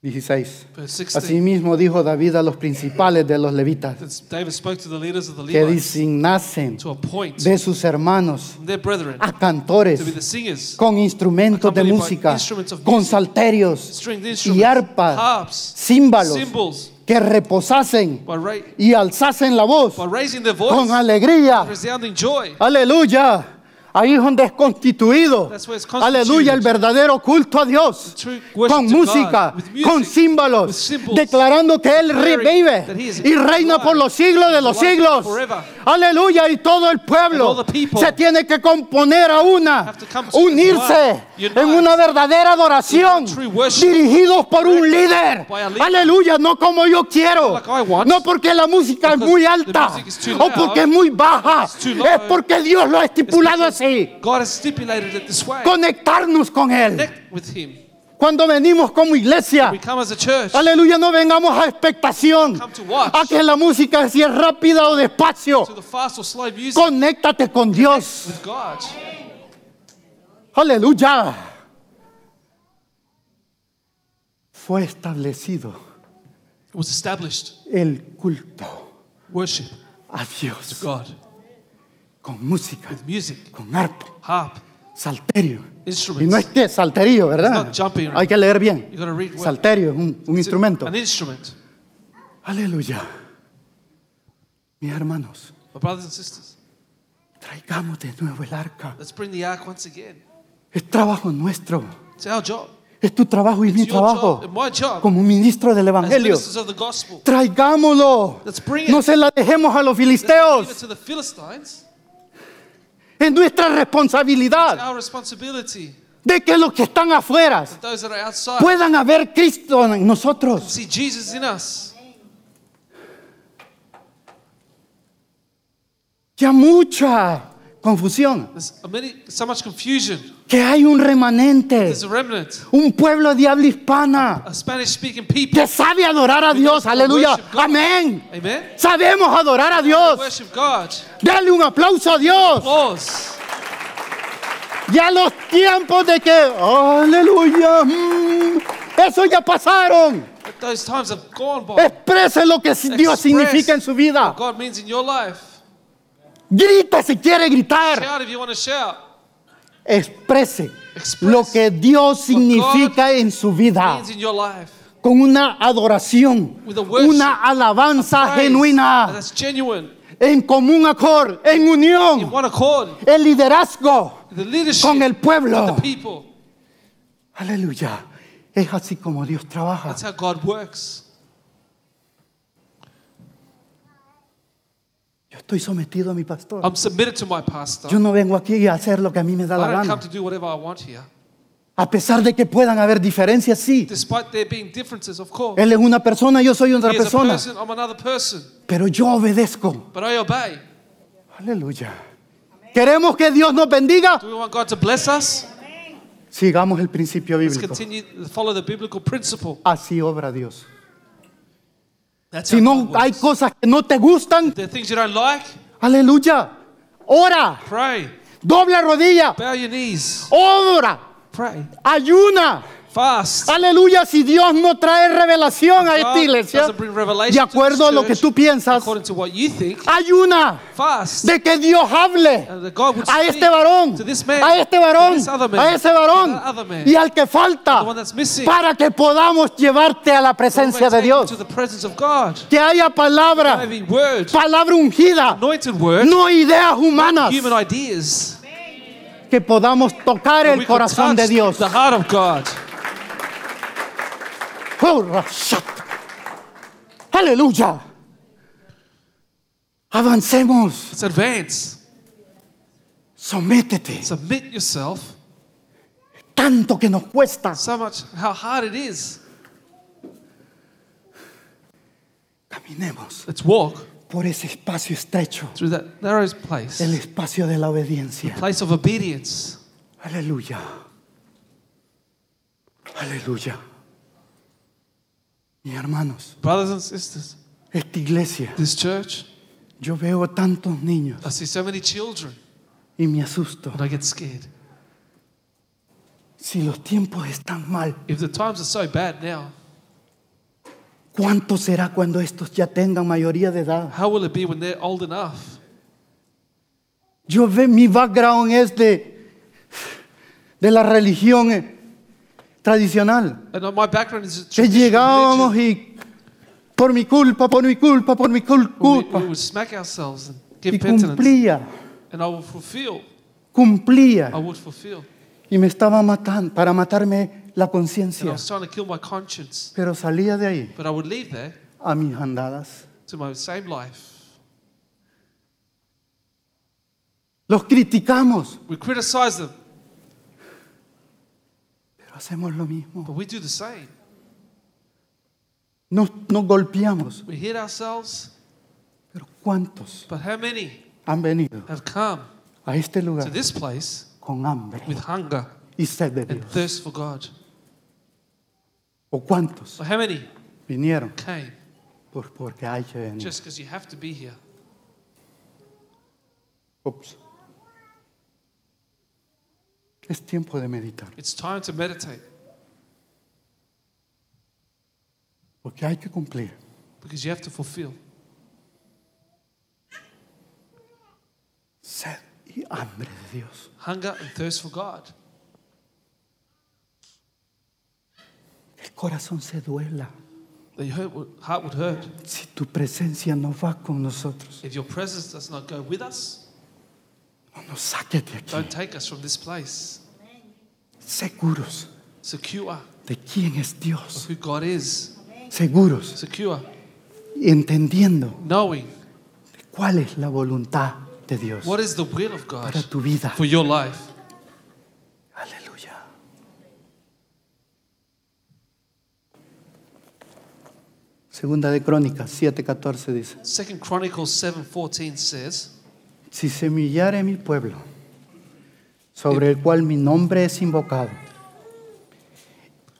Speaker 2: 16.
Speaker 3: Verse 16.
Speaker 2: Asimismo dijo David a los principales de los levitas
Speaker 3: That's- David spoke to the leaders of the
Speaker 2: que
Speaker 3: Levites
Speaker 2: designasen
Speaker 3: to appoint
Speaker 2: de sus hermanos
Speaker 3: their brethren
Speaker 2: a
Speaker 3: to be the
Speaker 2: cantores
Speaker 3: singers,
Speaker 2: con instrumentos de música, con salterios
Speaker 3: stringed
Speaker 2: y
Speaker 3: instruments,
Speaker 2: arpas,
Speaker 3: harps,
Speaker 2: címbalos,
Speaker 3: cymbals,
Speaker 2: que reposasen
Speaker 3: by, ra-
Speaker 2: y alzasen la voz
Speaker 3: by raising their
Speaker 2: con
Speaker 3: voice,
Speaker 2: alegría.
Speaker 3: resounding joy.
Speaker 2: Aleluya. Ahí es donde es constituido.
Speaker 3: That's where it's constituted.
Speaker 2: Aleluya, el verdadero culto a Dios.
Speaker 3: True worship
Speaker 2: Con
Speaker 3: to
Speaker 2: música,
Speaker 3: God, with music,
Speaker 2: con
Speaker 3: with
Speaker 2: címbalos,
Speaker 3: cymbals,
Speaker 2: declarando que Él
Speaker 3: declaring
Speaker 2: revive
Speaker 3: that He is
Speaker 2: y reina por
Speaker 3: alive,
Speaker 2: los siglos de los
Speaker 3: alive
Speaker 2: siglos.
Speaker 3: forever.
Speaker 2: Aleluya, y todo el
Speaker 3: And
Speaker 2: pueblo
Speaker 3: all the people
Speaker 2: se tiene que componer a una,
Speaker 3: have to come to
Speaker 2: unirse
Speaker 3: one, unite,
Speaker 2: en una verdadera adoración,
Speaker 3: with one true worship,
Speaker 2: dirigidos por un líder.
Speaker 3: by a leader.
Speaker 2: Aleluya, no como yo quiero,
Speaker 3: like I want,
Speaker 2: no porque la música es
Speaker 3: because
Speaker 2: muy
Speaker 3: the
Speaker 2: alta
Speaker 3: music is too
Speaker 2: o porque es
Speaker 3: loud,
Speaker 2: muy baja,
Speaker 3: it's too low.
Speaker 2: es porque Dios lo ha
Speaker 3: It's
Speaker 2: estipulado
Speaker 3: because
Speaker 2: así.
Speaker 3: God has stipulated it this way.
Speaker 2: Conectarnos con Él.
Speaker 3: Connect with Him.
Speaker 2: Cuando venimos como iglesia,
Speaker 3: We come as a church.
Speaker 2: Aleluya, no vengamos a expectación
Speaker 3: Come to watch.
Speaker 2: a que la música si es rápida o despacio.
Speaker 3: to the fast or slow music
Speaker 2: Conéctate con Dios.
Speaker 3: with God.
Speaker 2: Aleluya. Fue establecido
Speaker 3: It was established
Speaker 2: el culto
Speaker 3: worship
Speaker 2: a
Speaker 3: to
Speaker 2: Dios
Speaker 3: God
Speaker 2: con música,
Speaker 3: with music,
Speaker 2: con arpa,
Speaker 3: harp,
Speaker 2: salterio. Y
Speaker 3: instruments.
Speaker 2: no es que salterio,
Speaker 3: It's
Speaker 2: ¿verdad?
Speaker 3: not jumping.
Speaker 2: Hay que leer bien.
Speaker 3: You gotta read well.
Speaker 2: Salterio es un, un
Speaker 3: It's
Speaker 2: instrumento.
Speaker 3: An instrument.
Speaker 2: Aleluya. Mis hermanos,
Speaker 3: My brothers and sisters,
Speaker 2: traigamos de nuevo el arca.
Speaker 3: let's bring the ark once again.
Speaker 2: Es trabajo nuestro.
Speaker 3: It's our job.
Speaker 2: Es tu trabajo y mi
Speaker 3: It's your
Speaker 2: trabajo
Speaker 3: job and my job
Speaker 2: como ministro del
Speaker 3: as
Speaker 2: Evangelio.
Speaker 3: ministers of the gospel.
Speaker 2: Traigámoslo.
Speaker 3: Let's bring it.
Speaker 2: No se la dejemos a los
Speaker 3: Let's give it
Speaker 2: filisteos.
Speaker 3: to the Philistines.
Speaker 2: Es nuestra
Speaker 3: It's
Speaker 2: responsabilidad
Speaker 3: our responsibility.
Speaker 2: de que los que están afuera
Speaker 3: Those that are outside
Speaker 2: puedan haber Cristo en nosotros.
Speaker 3: see Jesus in us.
Speaker 2: Ya mucha confusión.
Speaker 3: There's a many, so much confusion.
Speaker 2: Que hay un remanente,
Speaker 3: There's a remnant,
Speaker 2: un pueblo de habla hispana
Speaker 3: a Spanish-speaking people.
Speaker 2: que sabe adorar a Dios. Aleluya. Amén.
Speaker 3: Amen.
Speaker 2: Sabemos adorar a Dios.
Speaker 3: Worship God.
Speaker 2: Dale un aplauso a Dios.
Speaker 3: Applause.
Speaker 2: Ya los tiempos de que, aleluya, mm, eso ya pasaron.
Speaker 3: But Those times have gone by.
Speaker 2: Exprese lo que Dios
Speaker 3: Express
Speaker 2: significa en su vida.
Speaker 3: What God means in your life.
Speaker 2: Grita si quiere gritar.
Speaker 3: Shout if you want to shout.
Speaker 2: Exprese
Speaker 3: Express
Speaker 2: lo que Dios significa en su vida.
Speaker 3: Means in your life.
Speaker 2: con una adoración,
Speaker 3: With a worship,
Speaker 2: una alabanza
Speaker 3: Praise.
Speaker 2: Ah, genuina,
Speaker 3: That's genuine.
Speaker 2: en común acorde, en
Speaker 3: In
Speaker 2: unión,
Speaker 3: one accord.
Speaker 2: el liderazgo
Speaker 3: The leadership
Speaker 2: con el pueblo.
Speaker 3: of the people.
Speaker 2: Aleluya. Es así como Dios trabaja.
Speaker 3: That's how God works.
Speaker 2: Yo estoy sometido a mi pastor.
Speaker 3: I'm submitted to my pastor.
Speaker 2: Yo no vengo aquí a hacer lo que a mí me da la
Speaker 3: I don't
Speaker 2: gana.
Speaker 3: come to do whatever I want here.
Speaker 2: A pesar de que puedan haber diferencias, sí.
Speaker 3: Despite there being differences, of course.
Speaker 2: Él es una persona, yo soy otra
Speaker 3: He is a
Speaker 2: persona.
Speaker 3: person, I'm another person.
Speaker 2: Pero yo obedezco.
Speaker 3: But I obey.
Speaker 2: Aleluya. ¿Queremos que Dios nos bendiga?
Speaker 3: Do we want God to bless us?
Speaker 2: Sigamos el principio
Speaker 3: Let's
Speaker 2: bíblico.
Speaker 3: continue to follow the biblical principle.
Speaker 2: Así obra Dios.
Speaker 3: That's
Speaker 2: Si
Speaker 3: how
Speaker 2: no
Speaker 3: God
Speaker 2: hay
Speaker 3: works.
Speaker 2: cosas que no te gustan,
Speaker 3: There are things you don't like,
Speaker 2: aleluya. Ora,
Speaker 3: pray.
Speaker 2: dobla rodilla,
Speaker 3: Bow your knees.
Speaker 2: obra,
Speaker 3: Pray.
Speaker 2: ayuna.
Speaker 3: Fast.
Speaker 2: Aleluya, si Dios no trae revelación a esta
Speaker 3: God
Speaker 2: iglesia,
Speaker 3: doesn't bring revelation
Speaker 2: de
Speaker 3: to
Speaker 2: acuerdo a
Speaker 3: this
Speaker 2: lo que
Speaker 3: church,
Speaker 2: tú piensas,
Speaker 3: According to what you think.
Speaker 2: ayuna
Speaker 3: Fast.
Speaker 2: de que Dios hable
Speaker 3: And that God would
Speaker 2: a
Speaker 3: speak
Speaker 2: este varón,
Speaker 3: to this man,
Speaker 2: a este
Speaker 3: to
Speaker 2: varón,
Speaker 3: this other man,
Speaker 2: a ese
Speaker 3: to
Speaker 2: varón
Speaker 3: that other man,
Speaker 2: y al que falta,
Speaker 3: the one that's missing.
Speaker 2: para que podamos llevarte a la
Speaker 3: We may
Speaker 2: presencia de
Speaker 3: take you
Speaker 2: Dios.
Speaker 3: To the presence of God.
Speaker 2: Que haya palabra,
Speaker 3: Maybe word,
Speaker 2: palabra ungida,
Speaker 3: anointed word,
Speaker 2: no ideas humanas,
Speaker 3: human ideas.
Speaker 2: que podamos tocar
Speaker 3: We
Speaker 2: el
Speaker 3: could
Speaker 2: corazón de
Speaker 3: touch
Speaker 2: Dios.
Speaker 3: The heart of God.
Speaker 2: Oh, rashat. Aleluya. Avancemos.
Speaker 3: Let's advance.
Speaker 2: Sométete.
Speaker 3: Submit yourself.
Speaker 2: Tanto que nos cuesta.
Speaker 3: So much how hard it is.
Speaker 2: Caminemos
Speaker 3: Let's walk
Speaker 2: por ese espacio estrecho.
Speaker 3: through that narrow place.
Speaker 2: El espacio de la obediencia.
Speaker 3: Place of obedience.
Speaker 2: Aleluya. Aleluya. Mis hermanos,
Speaker 3: Brothers and sisters,
Speaker 2: esta iglesia,
Speaker 3: this church,
Speaker 2: yo veo tantos niños
Speaker 3: I see so many children
Speaker 2: y me asusto.
Speaker 3: and I get scared.
Speaker 2: Si los tiempos están mal,
Speaker 3: If the times are so bad now,
Speaker 2: ¿cuánto será cuando estos ya tengan mayoría de edad?
Speaker 3: how will it be when they're old enough?
Speaker 2: Yo ve mi background es de, de la religión eh, tradicional.
Speaker 3: And uh, my background is
Speaker 2: Que
Speaker 3: traditional religion.
Speaker 2: llegábamos y por mi culpa, por mi culpa, por mi cul-
Speaker 3: We,
Speaker 2: culpa.
Speaker 3: we would smack ourselves and
Speaker 2: Y
Speaker 3: give penitence.
Speaker 2: cumplía,
Speaker 3: And I will fulfill.
Speaker 2: cumplía.
Speaker 3: I would fulfill.
Speaker 2: Y me estaba matando para matarme la
Speaker 3: And I
Speaker 2: conciencia.
Speaker 3: was trying to kill my conscience.
Speaker 2: Pero salía de ahí
Speaker 3: But I would leave there
Speaker 2: a mis andadas.
Speaker 3: to my same life.
Speaker 2: Los criticamos,
Speaker 3: We criticize them,
Speaker 2: pero hacemos lo mismo.
Speaker 3: but we do the same.
Speaker 2: Nos, nos golpeamos.
Speaker 3: We hit ourselves,
Speaker 2: Pero ¿cuántos
Speaker 3: but how many
Speaker 2: han venido
Speaker 3: have come
Speaker 2: a este
Speaker 3: to
Speaker 2: lugar
Speaker 3: this place
Speaker 2: con hambre
Speaker 3: with hunger
Speaker 2: y sed de
Speaker 3: and
Speaker 2: Dios?
Speaker 3: thirst for God?
Speaker 2: ¿O cuántos
Speaker 3: Or how many
Speaker 2: vinieron
Speaker 3: came
Speaker 2: Por- porque hay que venir.
Speaker 3: just because you have to be here?
Speaker 2: Ups. Es tiempo de meditar,
Speaker 3: It's time to meditate
Speaker 2: porque hay que cumplir.
Speaker 3: because you have to fulfill
Speaker 2: Sed y hambre de Dios.
Speaker 3: hunger and thirst for God.
Speaker 2: El corazón se duela
Speaker 3: That your hurt would- heart would hurt
Speaker 2: si tu presencia no va con nosotros.
Speaker 3: if your presence does not go with us.
Speaker 2: No nos saques de aquí
Speaker 3: Don't take us from this place.
Speaker 2: seguros
Speaker 3: Secure
Speaker 2: de quién es
Speaker 3: of
Speaker 2: Dios.
Speaker 3: who God is.
Speaker 2: Seguros
Speaker 3: Secure
Speaker 2: y entendiendo
Speaker 3: knowing
Speaker 2: cuál es la voluntad de Dios
Speaker 3: what is the will of God
Speaker 2: para tu vida.
Speaker 3: for your life.
Speaker 2: Aleluya. Segunda de Crónicas 7:14 dice.
Speaker 3: Second Chronicles 7:14 says,
Speaker 2: Si semillare mi pueblo, sobre el cual mi nombre es invocado.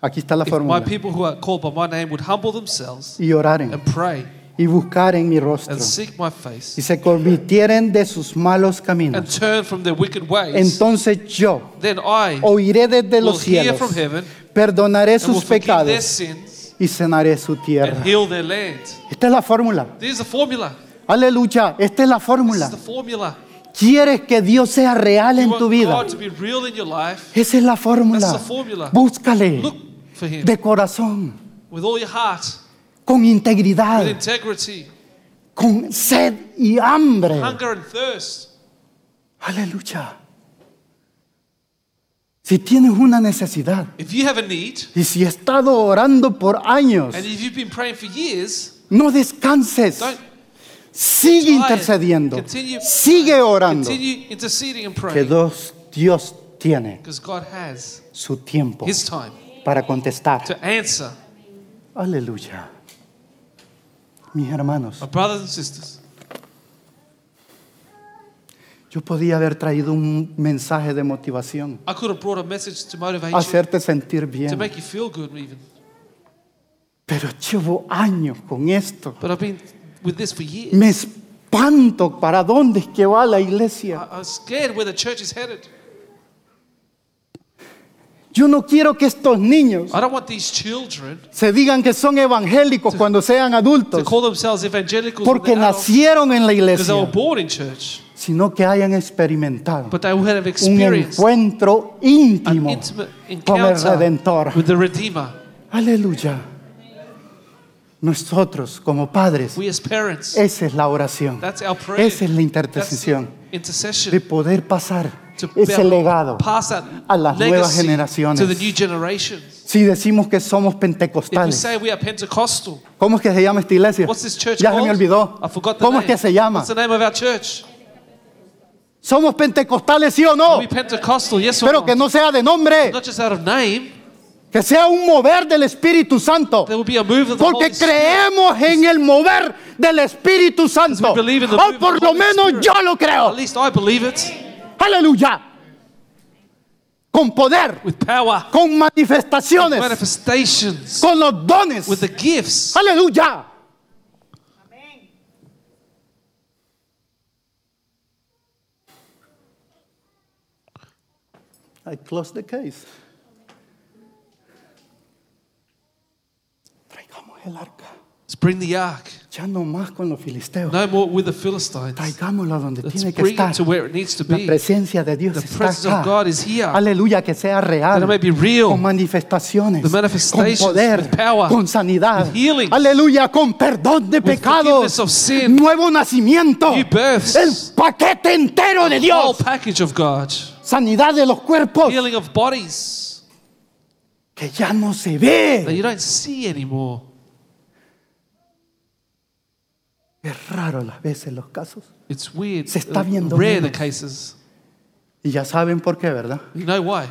Speaker 2: Aquí está la
Speaker 3: If my
Speaker 2: fórmula.
Speaker 3: people who are called by my name would humble themselves
Speaker 2: Y oraren
Speaker 3: and pray
Speaker 2: y buscaren mi rostro
Speaker 3: and seek my
Speaker 2: y
Speaker 3: face
Speaker 2: se convirtieren de sus malos
Speaker 3: and
Speaker 2: caminos,
Speaker 3: turn from their wicked ways,
Speaker 2: entonces yo
Speaker 3: then I
Speaker 2: oiré desde
Speaker 3: will
Speaker 2: los
Speaker 3: hear
Speaker 2: cielos,
Speaker 3: from heaven
Speaker 2: perdonaré
Speaker 3: and will
Speaker 2: sus
Speaker 3: forgive their
Speaker 2: pecados
Speaker 3: sins
Speaker 2: y cenaré su
Speaker 3: and
Speaker 2: tierra.
Speaker 3: heal their land.
Speaker 2: Esta es la fórmula.
Speaker 3: There's the formula.
Speaker 2: Aleluya, esta es la
Speaker 3: This is
Speaker 2: fórmula.
Speaker 3: the formula.
Speaker 2: ¿Quieres que Dios sea real
Speaker 3: You
Speaker 2: en tu
Speaker 3: want
Speaker 2: vida?
Speaker 3: God to be real in your life.
Speaker 2: Esa es la
Speaker 3: That's the
Speaker 2: fórmula.
Speaker 3: formula.
Speaker 2: Búscale
Speaker 3: Look for Him
Speaker 2: de corazón.
Speaker 3: with all your heart,
Speaker 2: con
Speaker 3: with
Speaker 2: integridad,
Speaker 3: integrity,
Speaker 2: con sed y hambre.
Speaker 3: hunger and thirst.
Speaker 2: Aleluya. Si tienes una necesidad
Speaker 3: If you have a need,
Speaker 2: y si has estado orando por años,
Speaker 3: and if you've been praying for years,
Speaker 2: no descanses.
Speaker 3: don't
Speaker 2: Sigue
Speaker 3: Tired.
Speaker 2: intercediendo.
Speaker 3: Continue-
Speaker 2: Sigue orando.
Speaker 3: continue interceding and
Speaker 2: Que
Speaker 3: praying.
Speaker 2: Dios, Dios tiene
Speaker 3: Because God has
Speaker 2: su tiempo
Speaker 3: His time
Speaker 2: para contestar.
Speaker 3: to answer.
Speaker 2: Aleluya. Mis hermanos,
Speaker 3: My brothers and sisters,
Speaker 2: yo podía haber traído un mensaje de motivación,
Speaker 3: I could have brought a message to motivate you,
Speaker 2: hacerte sentir
Speaker 3: to
Speaker 2: bien,
Speaker 3: make you feel good, even.
Speaker 2: pero llevo años con esto.
Speaker 3: But I've been with this for years.
Speaker 2: Me espanto para dónde es que va la iglesia.
Speaker 3: I, I'm scared where the church is headed.
Speaker 2: Yo no quiero que estos niños
Speaker 3: I don't want these children
Speaker 2: se digan que son evangélicos cuando sean
Speaker 3: to
Speaker 2: adultos
Speaker 3: call themselves evangelicals when
Speaker 2: porque
Speaker 3: they're adults,
Speaker 2: nacieron en la
Speaker 3: because they were
Speaker 2: iglesia,
Speaker 3: born in church,
Speaker 2: sino que hayan experimentado
Speaker 3: but they will have
Speaker 2: un
Speaker 3: experienced
Speaker 2: encuentro
Speaker 3: an
Speaker 2: íntimo
Speaker 3: intimate
Speaker 2: con el
Speaker 3: encounter
Speaker 2: Redentor.
Speaker 3: with the Redeemer.
Speaker 2: Aleluya. Nosotros como padres,
Speaker 3: We as parents,
Speaker 2: esa es la oración,
Speaker 3: that's our prayer.
Speaker 2: esa es la
Speaker 3: That's
Speaker 2: intercesión
Speaker 3: the intercession
Speaker 2: de poder pasar
Speaker 3: to be-
Speaker 2: ese legado.
Speaker 3: pass that
Speaker 2: a las nuevas
Speaker 3: legacy
Speaker 2: generaciones.
Speaker 3: to the new generations.
Speaker 2: Si decimos que somos
Speaker 3: If we
Speaker 2: pentecostales,
Speaker 3: say we are Pentecostal,
Speaker 2: ¿cómo es que se llama esta iglesia?
Speaker 3: what's this church
Speaker 2: Ya se
Speaker 3: called?
Speaker 2: me olvidó.
Speaker 3: I forgot the
Speaker 2: ¿Cómo es
Speaker 3: name.
Speaker 2: que se llama?
Speaker 3: What's the name of our church?
Speaker 2: Somos pentecostales, sí o no,
Speaker 3: Are we Pentecostal? Yes or
Speaker 2: Oh. pero que no sea de nombre,
Speaker 3: Not just out of name.
Speaker 2: que sea un mover del Espíritu Santo.
Speaker 3: There will be a move of the
Speaker 2: Porque
Speaker 3: Holy Spirit.
Speaker 2: creemos en el mover del Espíritu Santo.
Speaker 3: we believe in the move
Speaker 2: O
Speaker 3: of
Speaker 2: por
Speaker 3: the
Speaker 2: lo
Speaker 3: Holy
Speaker 2: menos
Speaker 3: Spirit.
Speaker 2: yo lo creo.
Speaker 3: At least I believe it.
Speaker 2: Aleluya. Con poder,
Speaker 3: With power,
Speaker 2: con manifestaciones,
Speaker 3: manifestations,
Speaker 2: con los dones.
Speaker 3: with the gifts.
Speaker 2: Aleluya. I close the case. Traigamos el arca.
Speaker 3: Let's bring the ark.
Speaker 2: Ya no más con los filisteos.
Speaker 3: No more with the Philistines.
Speaker 2: Traigámoslo donde
Speaker 3: Let's
Speaker 2: tiene que
Speaker 3: bring it
Speaker 2: estar.
Speaker 3: to where it needs to
Speaker 2: La
Speaker 3: be. That
Speaker 2: presencia de Dios
Speaker 3: The
Speaker 2: está
Speaker 3: presence of
Speaker 2: acá.
Speaker 3: God is here.
Speaker 2: Aleluya, que sea
Speaker 3: it may
Speaker 2: real.
Speaker 3: be real.
Speaker 2: Con manifestaciones,
Speaker 3: The
Speaker 2: con
Speaker 3: manifestations,
Speaker 2: poder,
Speaker 3: with power,
Speaker 2: con sanidad,
Speaker 3: with healing,
Speaker 2: aleluya, con perdón de pecados,
Speaker 3: forgiveness of sin,
Speaker 2: nuevo nacimiento,
Speaker 3: new births,
Speaker 2: el paquete entero de
Speaker 3: Whole
Speaker 2: Dios,
Speaker 3: package of God.
Speaker 2: sanidad de los cuerpos
Speaker 3: Healing of bodies
Speaker 2: que ya no se
Speaker 3: that
Speaker 2: ve.
Speaker 3: you don't see anymore.
Speaker 2: Es raro las veces los casos.
Speaker 3: It's weird.
Speaker 2: Se está
Speaker 3: uh,
Speaker 2: viendo
Speaker 3: Rare the
Speaker 2: menos.
Speaker 3: cases.
Speaker 2: Y ya saben por qué, ¿verdad?
Speaker 3: You know why?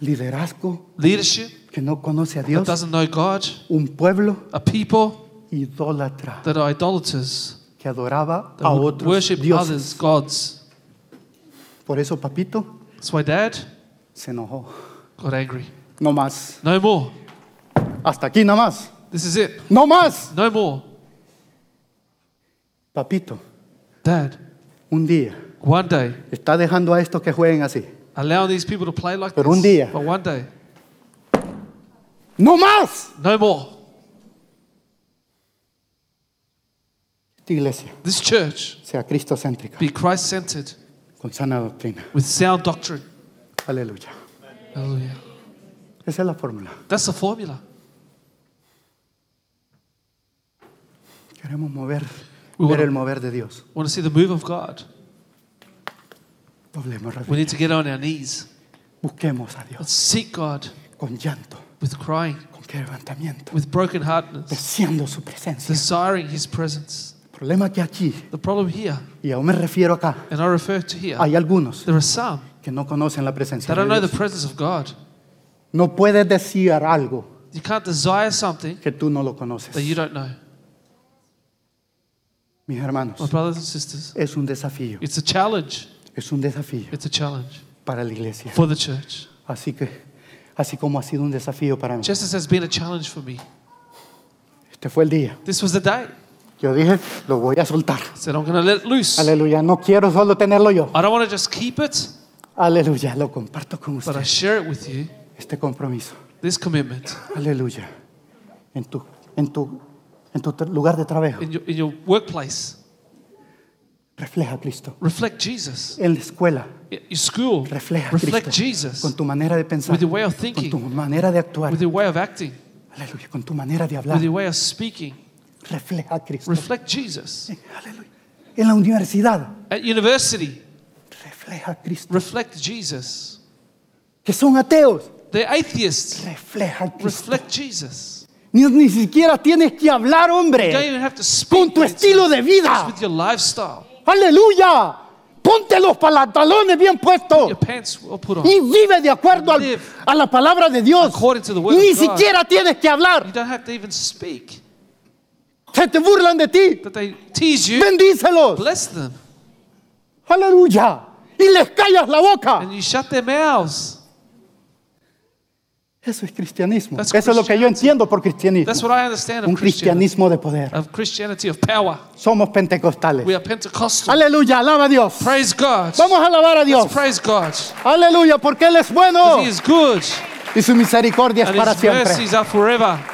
Speaker 2: Liderazgo
Speaker 3: Leadership
Speaker 2: que no conoce a
Speaker 3: that
Speaker 2: Dios,
Speaker 3: doesn't know God,
Speaker 2: un pueblo
Speaker 3: a people
Speaker 2: idólatra
Speaker 3: that are idolaters,
Speaker 2: que adoraba
Speaker 3: that
Speaker 2: a
Speaker 3: would
Speaker 2: otros
Speaker 3: worship
Speaker 2: dioses.
Speaker 3: others, gods.
Speaker 2: Por eso papito
Speaker 3: That's why Dad
Speaker 2: se enojó.
Speaker 3: got angry.
Speaker 2: No más.
Speaker 3: No more.
Speaker 2: Hasta aquí nada más.
Speaker 3: This is it.
Speaker 2: No más.
Speaker 3: No more.
Speaker 2: Papito,
Speaker 3: Dad,
Speaker 2: un día
Speaker 3: one day,
Speaker 2: está dejando a estos que jueguen así.
Speaker 3: allow these people to play like
Speaker 2: Pero un
Speaker 3: this.
Speaker 2: día.
Speaker 3: But one day,
Speaker 2: No más.
Speaker 3: no more.
Speaker 2: Esta iglesia
Speaker 3: This church
Speaker 2: sea cristocéntrica,
Speaker 3: be Christ centered
Speaker 2: con sana doctrina.
Speaker 3: with sound doctrine.
Speaker 2: Aleluya.
Speaker 3: Hallelujah.
Speaker 2: Esa es la fórmula.
Speaker 3: That's the formula.
Speaker 2: Queremos mover,
Speaker 3: We
Speaker 2: ver
Speaker 3: wanna-
Speaker 2: el mover de Dios.
Speaker 3: want to see the move of God.
Speaker 2: Doblemos
Speaker 3: We
Speaker 2: rodillas.
Speaker 3: need to get on our knees.
Speaker 2: Busquemos a Dios
Speaker 3: Let's seek God
Speaker 2: con llanto,
Speaker 3: with crying,
Speaker 2: con quebrantamiento,
Speaker 3: with broken heartedness,
Speaker 2: deseando su presencia.
Speaker 3: desiring His presence.
Speaker 2: El problema es que aquí,
Speaker 3: The problem here,
Speaker 2: y aún me refiero acá,
Speaker 3: and I refer to here,
Speaker 2: hay algunos
Speaker 3: there are some
Speaker 2: que no conocen la presencia
Speaker 3: that
Speaker 2: de
Speaker 3: don't know the
Speaker 2: Dios.
Speaker 3: presence of God.
Speaker 2: No puedes decir algo
Speaker 3: You can't desire something
Speaker 2: que tú no lo conoces.
Speaker 3: that you don't know.
Speaker 2: Mis
Speaker 3: My
Speaker 2: hermanos,
Speaker 3: brothers and sisters,
Speaker 2: es un desafío,
Speaker 3: it's a challenge.
Speaker 2: es un desafío
Speaker 3: It's a challenge
Speaker 2: para la iglesia.
Speaker 3: for the church.
Speaker 2: Así que, así como ha sido un desafío para nosotros.
Speaker 3: Just as has been a challenge for me.
Speaker 2: Este fue el día.
Speaker 3: This was the day.
Speaker 2: Yo dije, lo voy a soltar.
Speaker 3: I said, I'm going to let it loose.
Speaker 2: Aleluya, no quiero solo tenerlo yo.
Speaker 3: I don't want to just keep it,
Speaker 2: Aleluya, lo comparto con
Speaker 3: but I
Speaker 2: ustedes.
Speaker 3: share it with you.
Speaker 2: Este compromiso.
Speaker 3: This commitment
Speaker 2: Aleluya. En tu, en tu, en tu tra- lugar de trabajo.
Speaker 3: in your, in your workplace.
Speaker 2: Refleja a Cristo.
Speaker 3: Reflect Jesus.
Speaker 2: En la escuela,
Speaker 3: Your school.
Speaker 2: refleja a
Speaker 3: Reflect
Speaker 2: Cristo.
Speaker 3: Jesus.
Speaker 2: Con tu manera de pensar,
Speaker 3: With your way of
Speaker 2: con
Speaker 3: thinking.
Speaker 2: tu manera de actuar,
Speaker 3: With your way of acting.
Speaker 2: aleluya, con tu manera de hablar,
Speaker 3: With your way of speaking.
Speaker 2: refleja a Cristo.
Speaker 3: Reflect Jesus.
Speaker 2: Aleluya. En la universidad,
Speaker 3: At university,
Speaker 2: refleja a Cristo.
Speaker 3: reflect Jesus.
Speaker 2: Que son ateos,
Speaker 3: They're atheists.
Speaker 2: refleja a Cristo.
Speaker 3: Reflect Jesus.
Speaker 2: Ni, ni siquiera tienes que hablar,
Speaker 3: You don't
Speaker 2: hombre.
Speaker 3: even have to speak.
Speaker 2: Con tu
Speaker 3: with
Speaker 2: estilo de
Speaker 3: Jesus,
Speaker 2: vida.
Speaker 3: With your lifestyle.
Speaker 2: Aleluya. Ponte los pantalones bien puestos.
Speaker 3: Your pants well put on.
Speaker 2: Y vive de acuerdo al-
Speaker 3: Live
Speaker 2: a la palabra de Dios.
Speaker 3: according to the word
Speaker 2: Ni
Speaker 3: of God.
Speaker 2: siquiera tienes que
Speaker 3: You
Speaker 2: hablar.
Speaker 3: don't have to even speak.
Speaker 2: Se te burlan de ti.
Speaker 3: That they tease you.
Speaker 2: Bendícelos.
Speaker 3: Bless them.
Speaker 2: Aleluya. Y les callas la boca.
Speaker 3: And you shut their mouths.
Speaker 2: Eso es cristianismo.
Speaker 3: That's
Speaker 2: Eso es lo que yo entiendo por
Speaker 3: That's
Speaker 2: cristianismo.
Speaker 3: what I understand
Speaker 2: Un
Speaker 3: of Christianity.
Speaker 2: cristianismo de poder.
Speaker 3: Of Christianity, of power.
Speaker 2: Somos pentecostales.
Speaker 3: We are Pentecostal.
Speaker 2: Aleluya. Alaba a Dios.
Speaker 3: Praise God.
Speaker 2: Vamos a alabar a Dios.
Speaker 3: Praise God.
Speaker 2: Aleluya. Porque Él es bueno.
Speaker 3: He is good.
Speaker 2: Y su misericordia es
Speaker 3: And
Speaker 2: para
Speaker 3: his
Speaker 2: siempre.
Speaker 3: mercies are forever.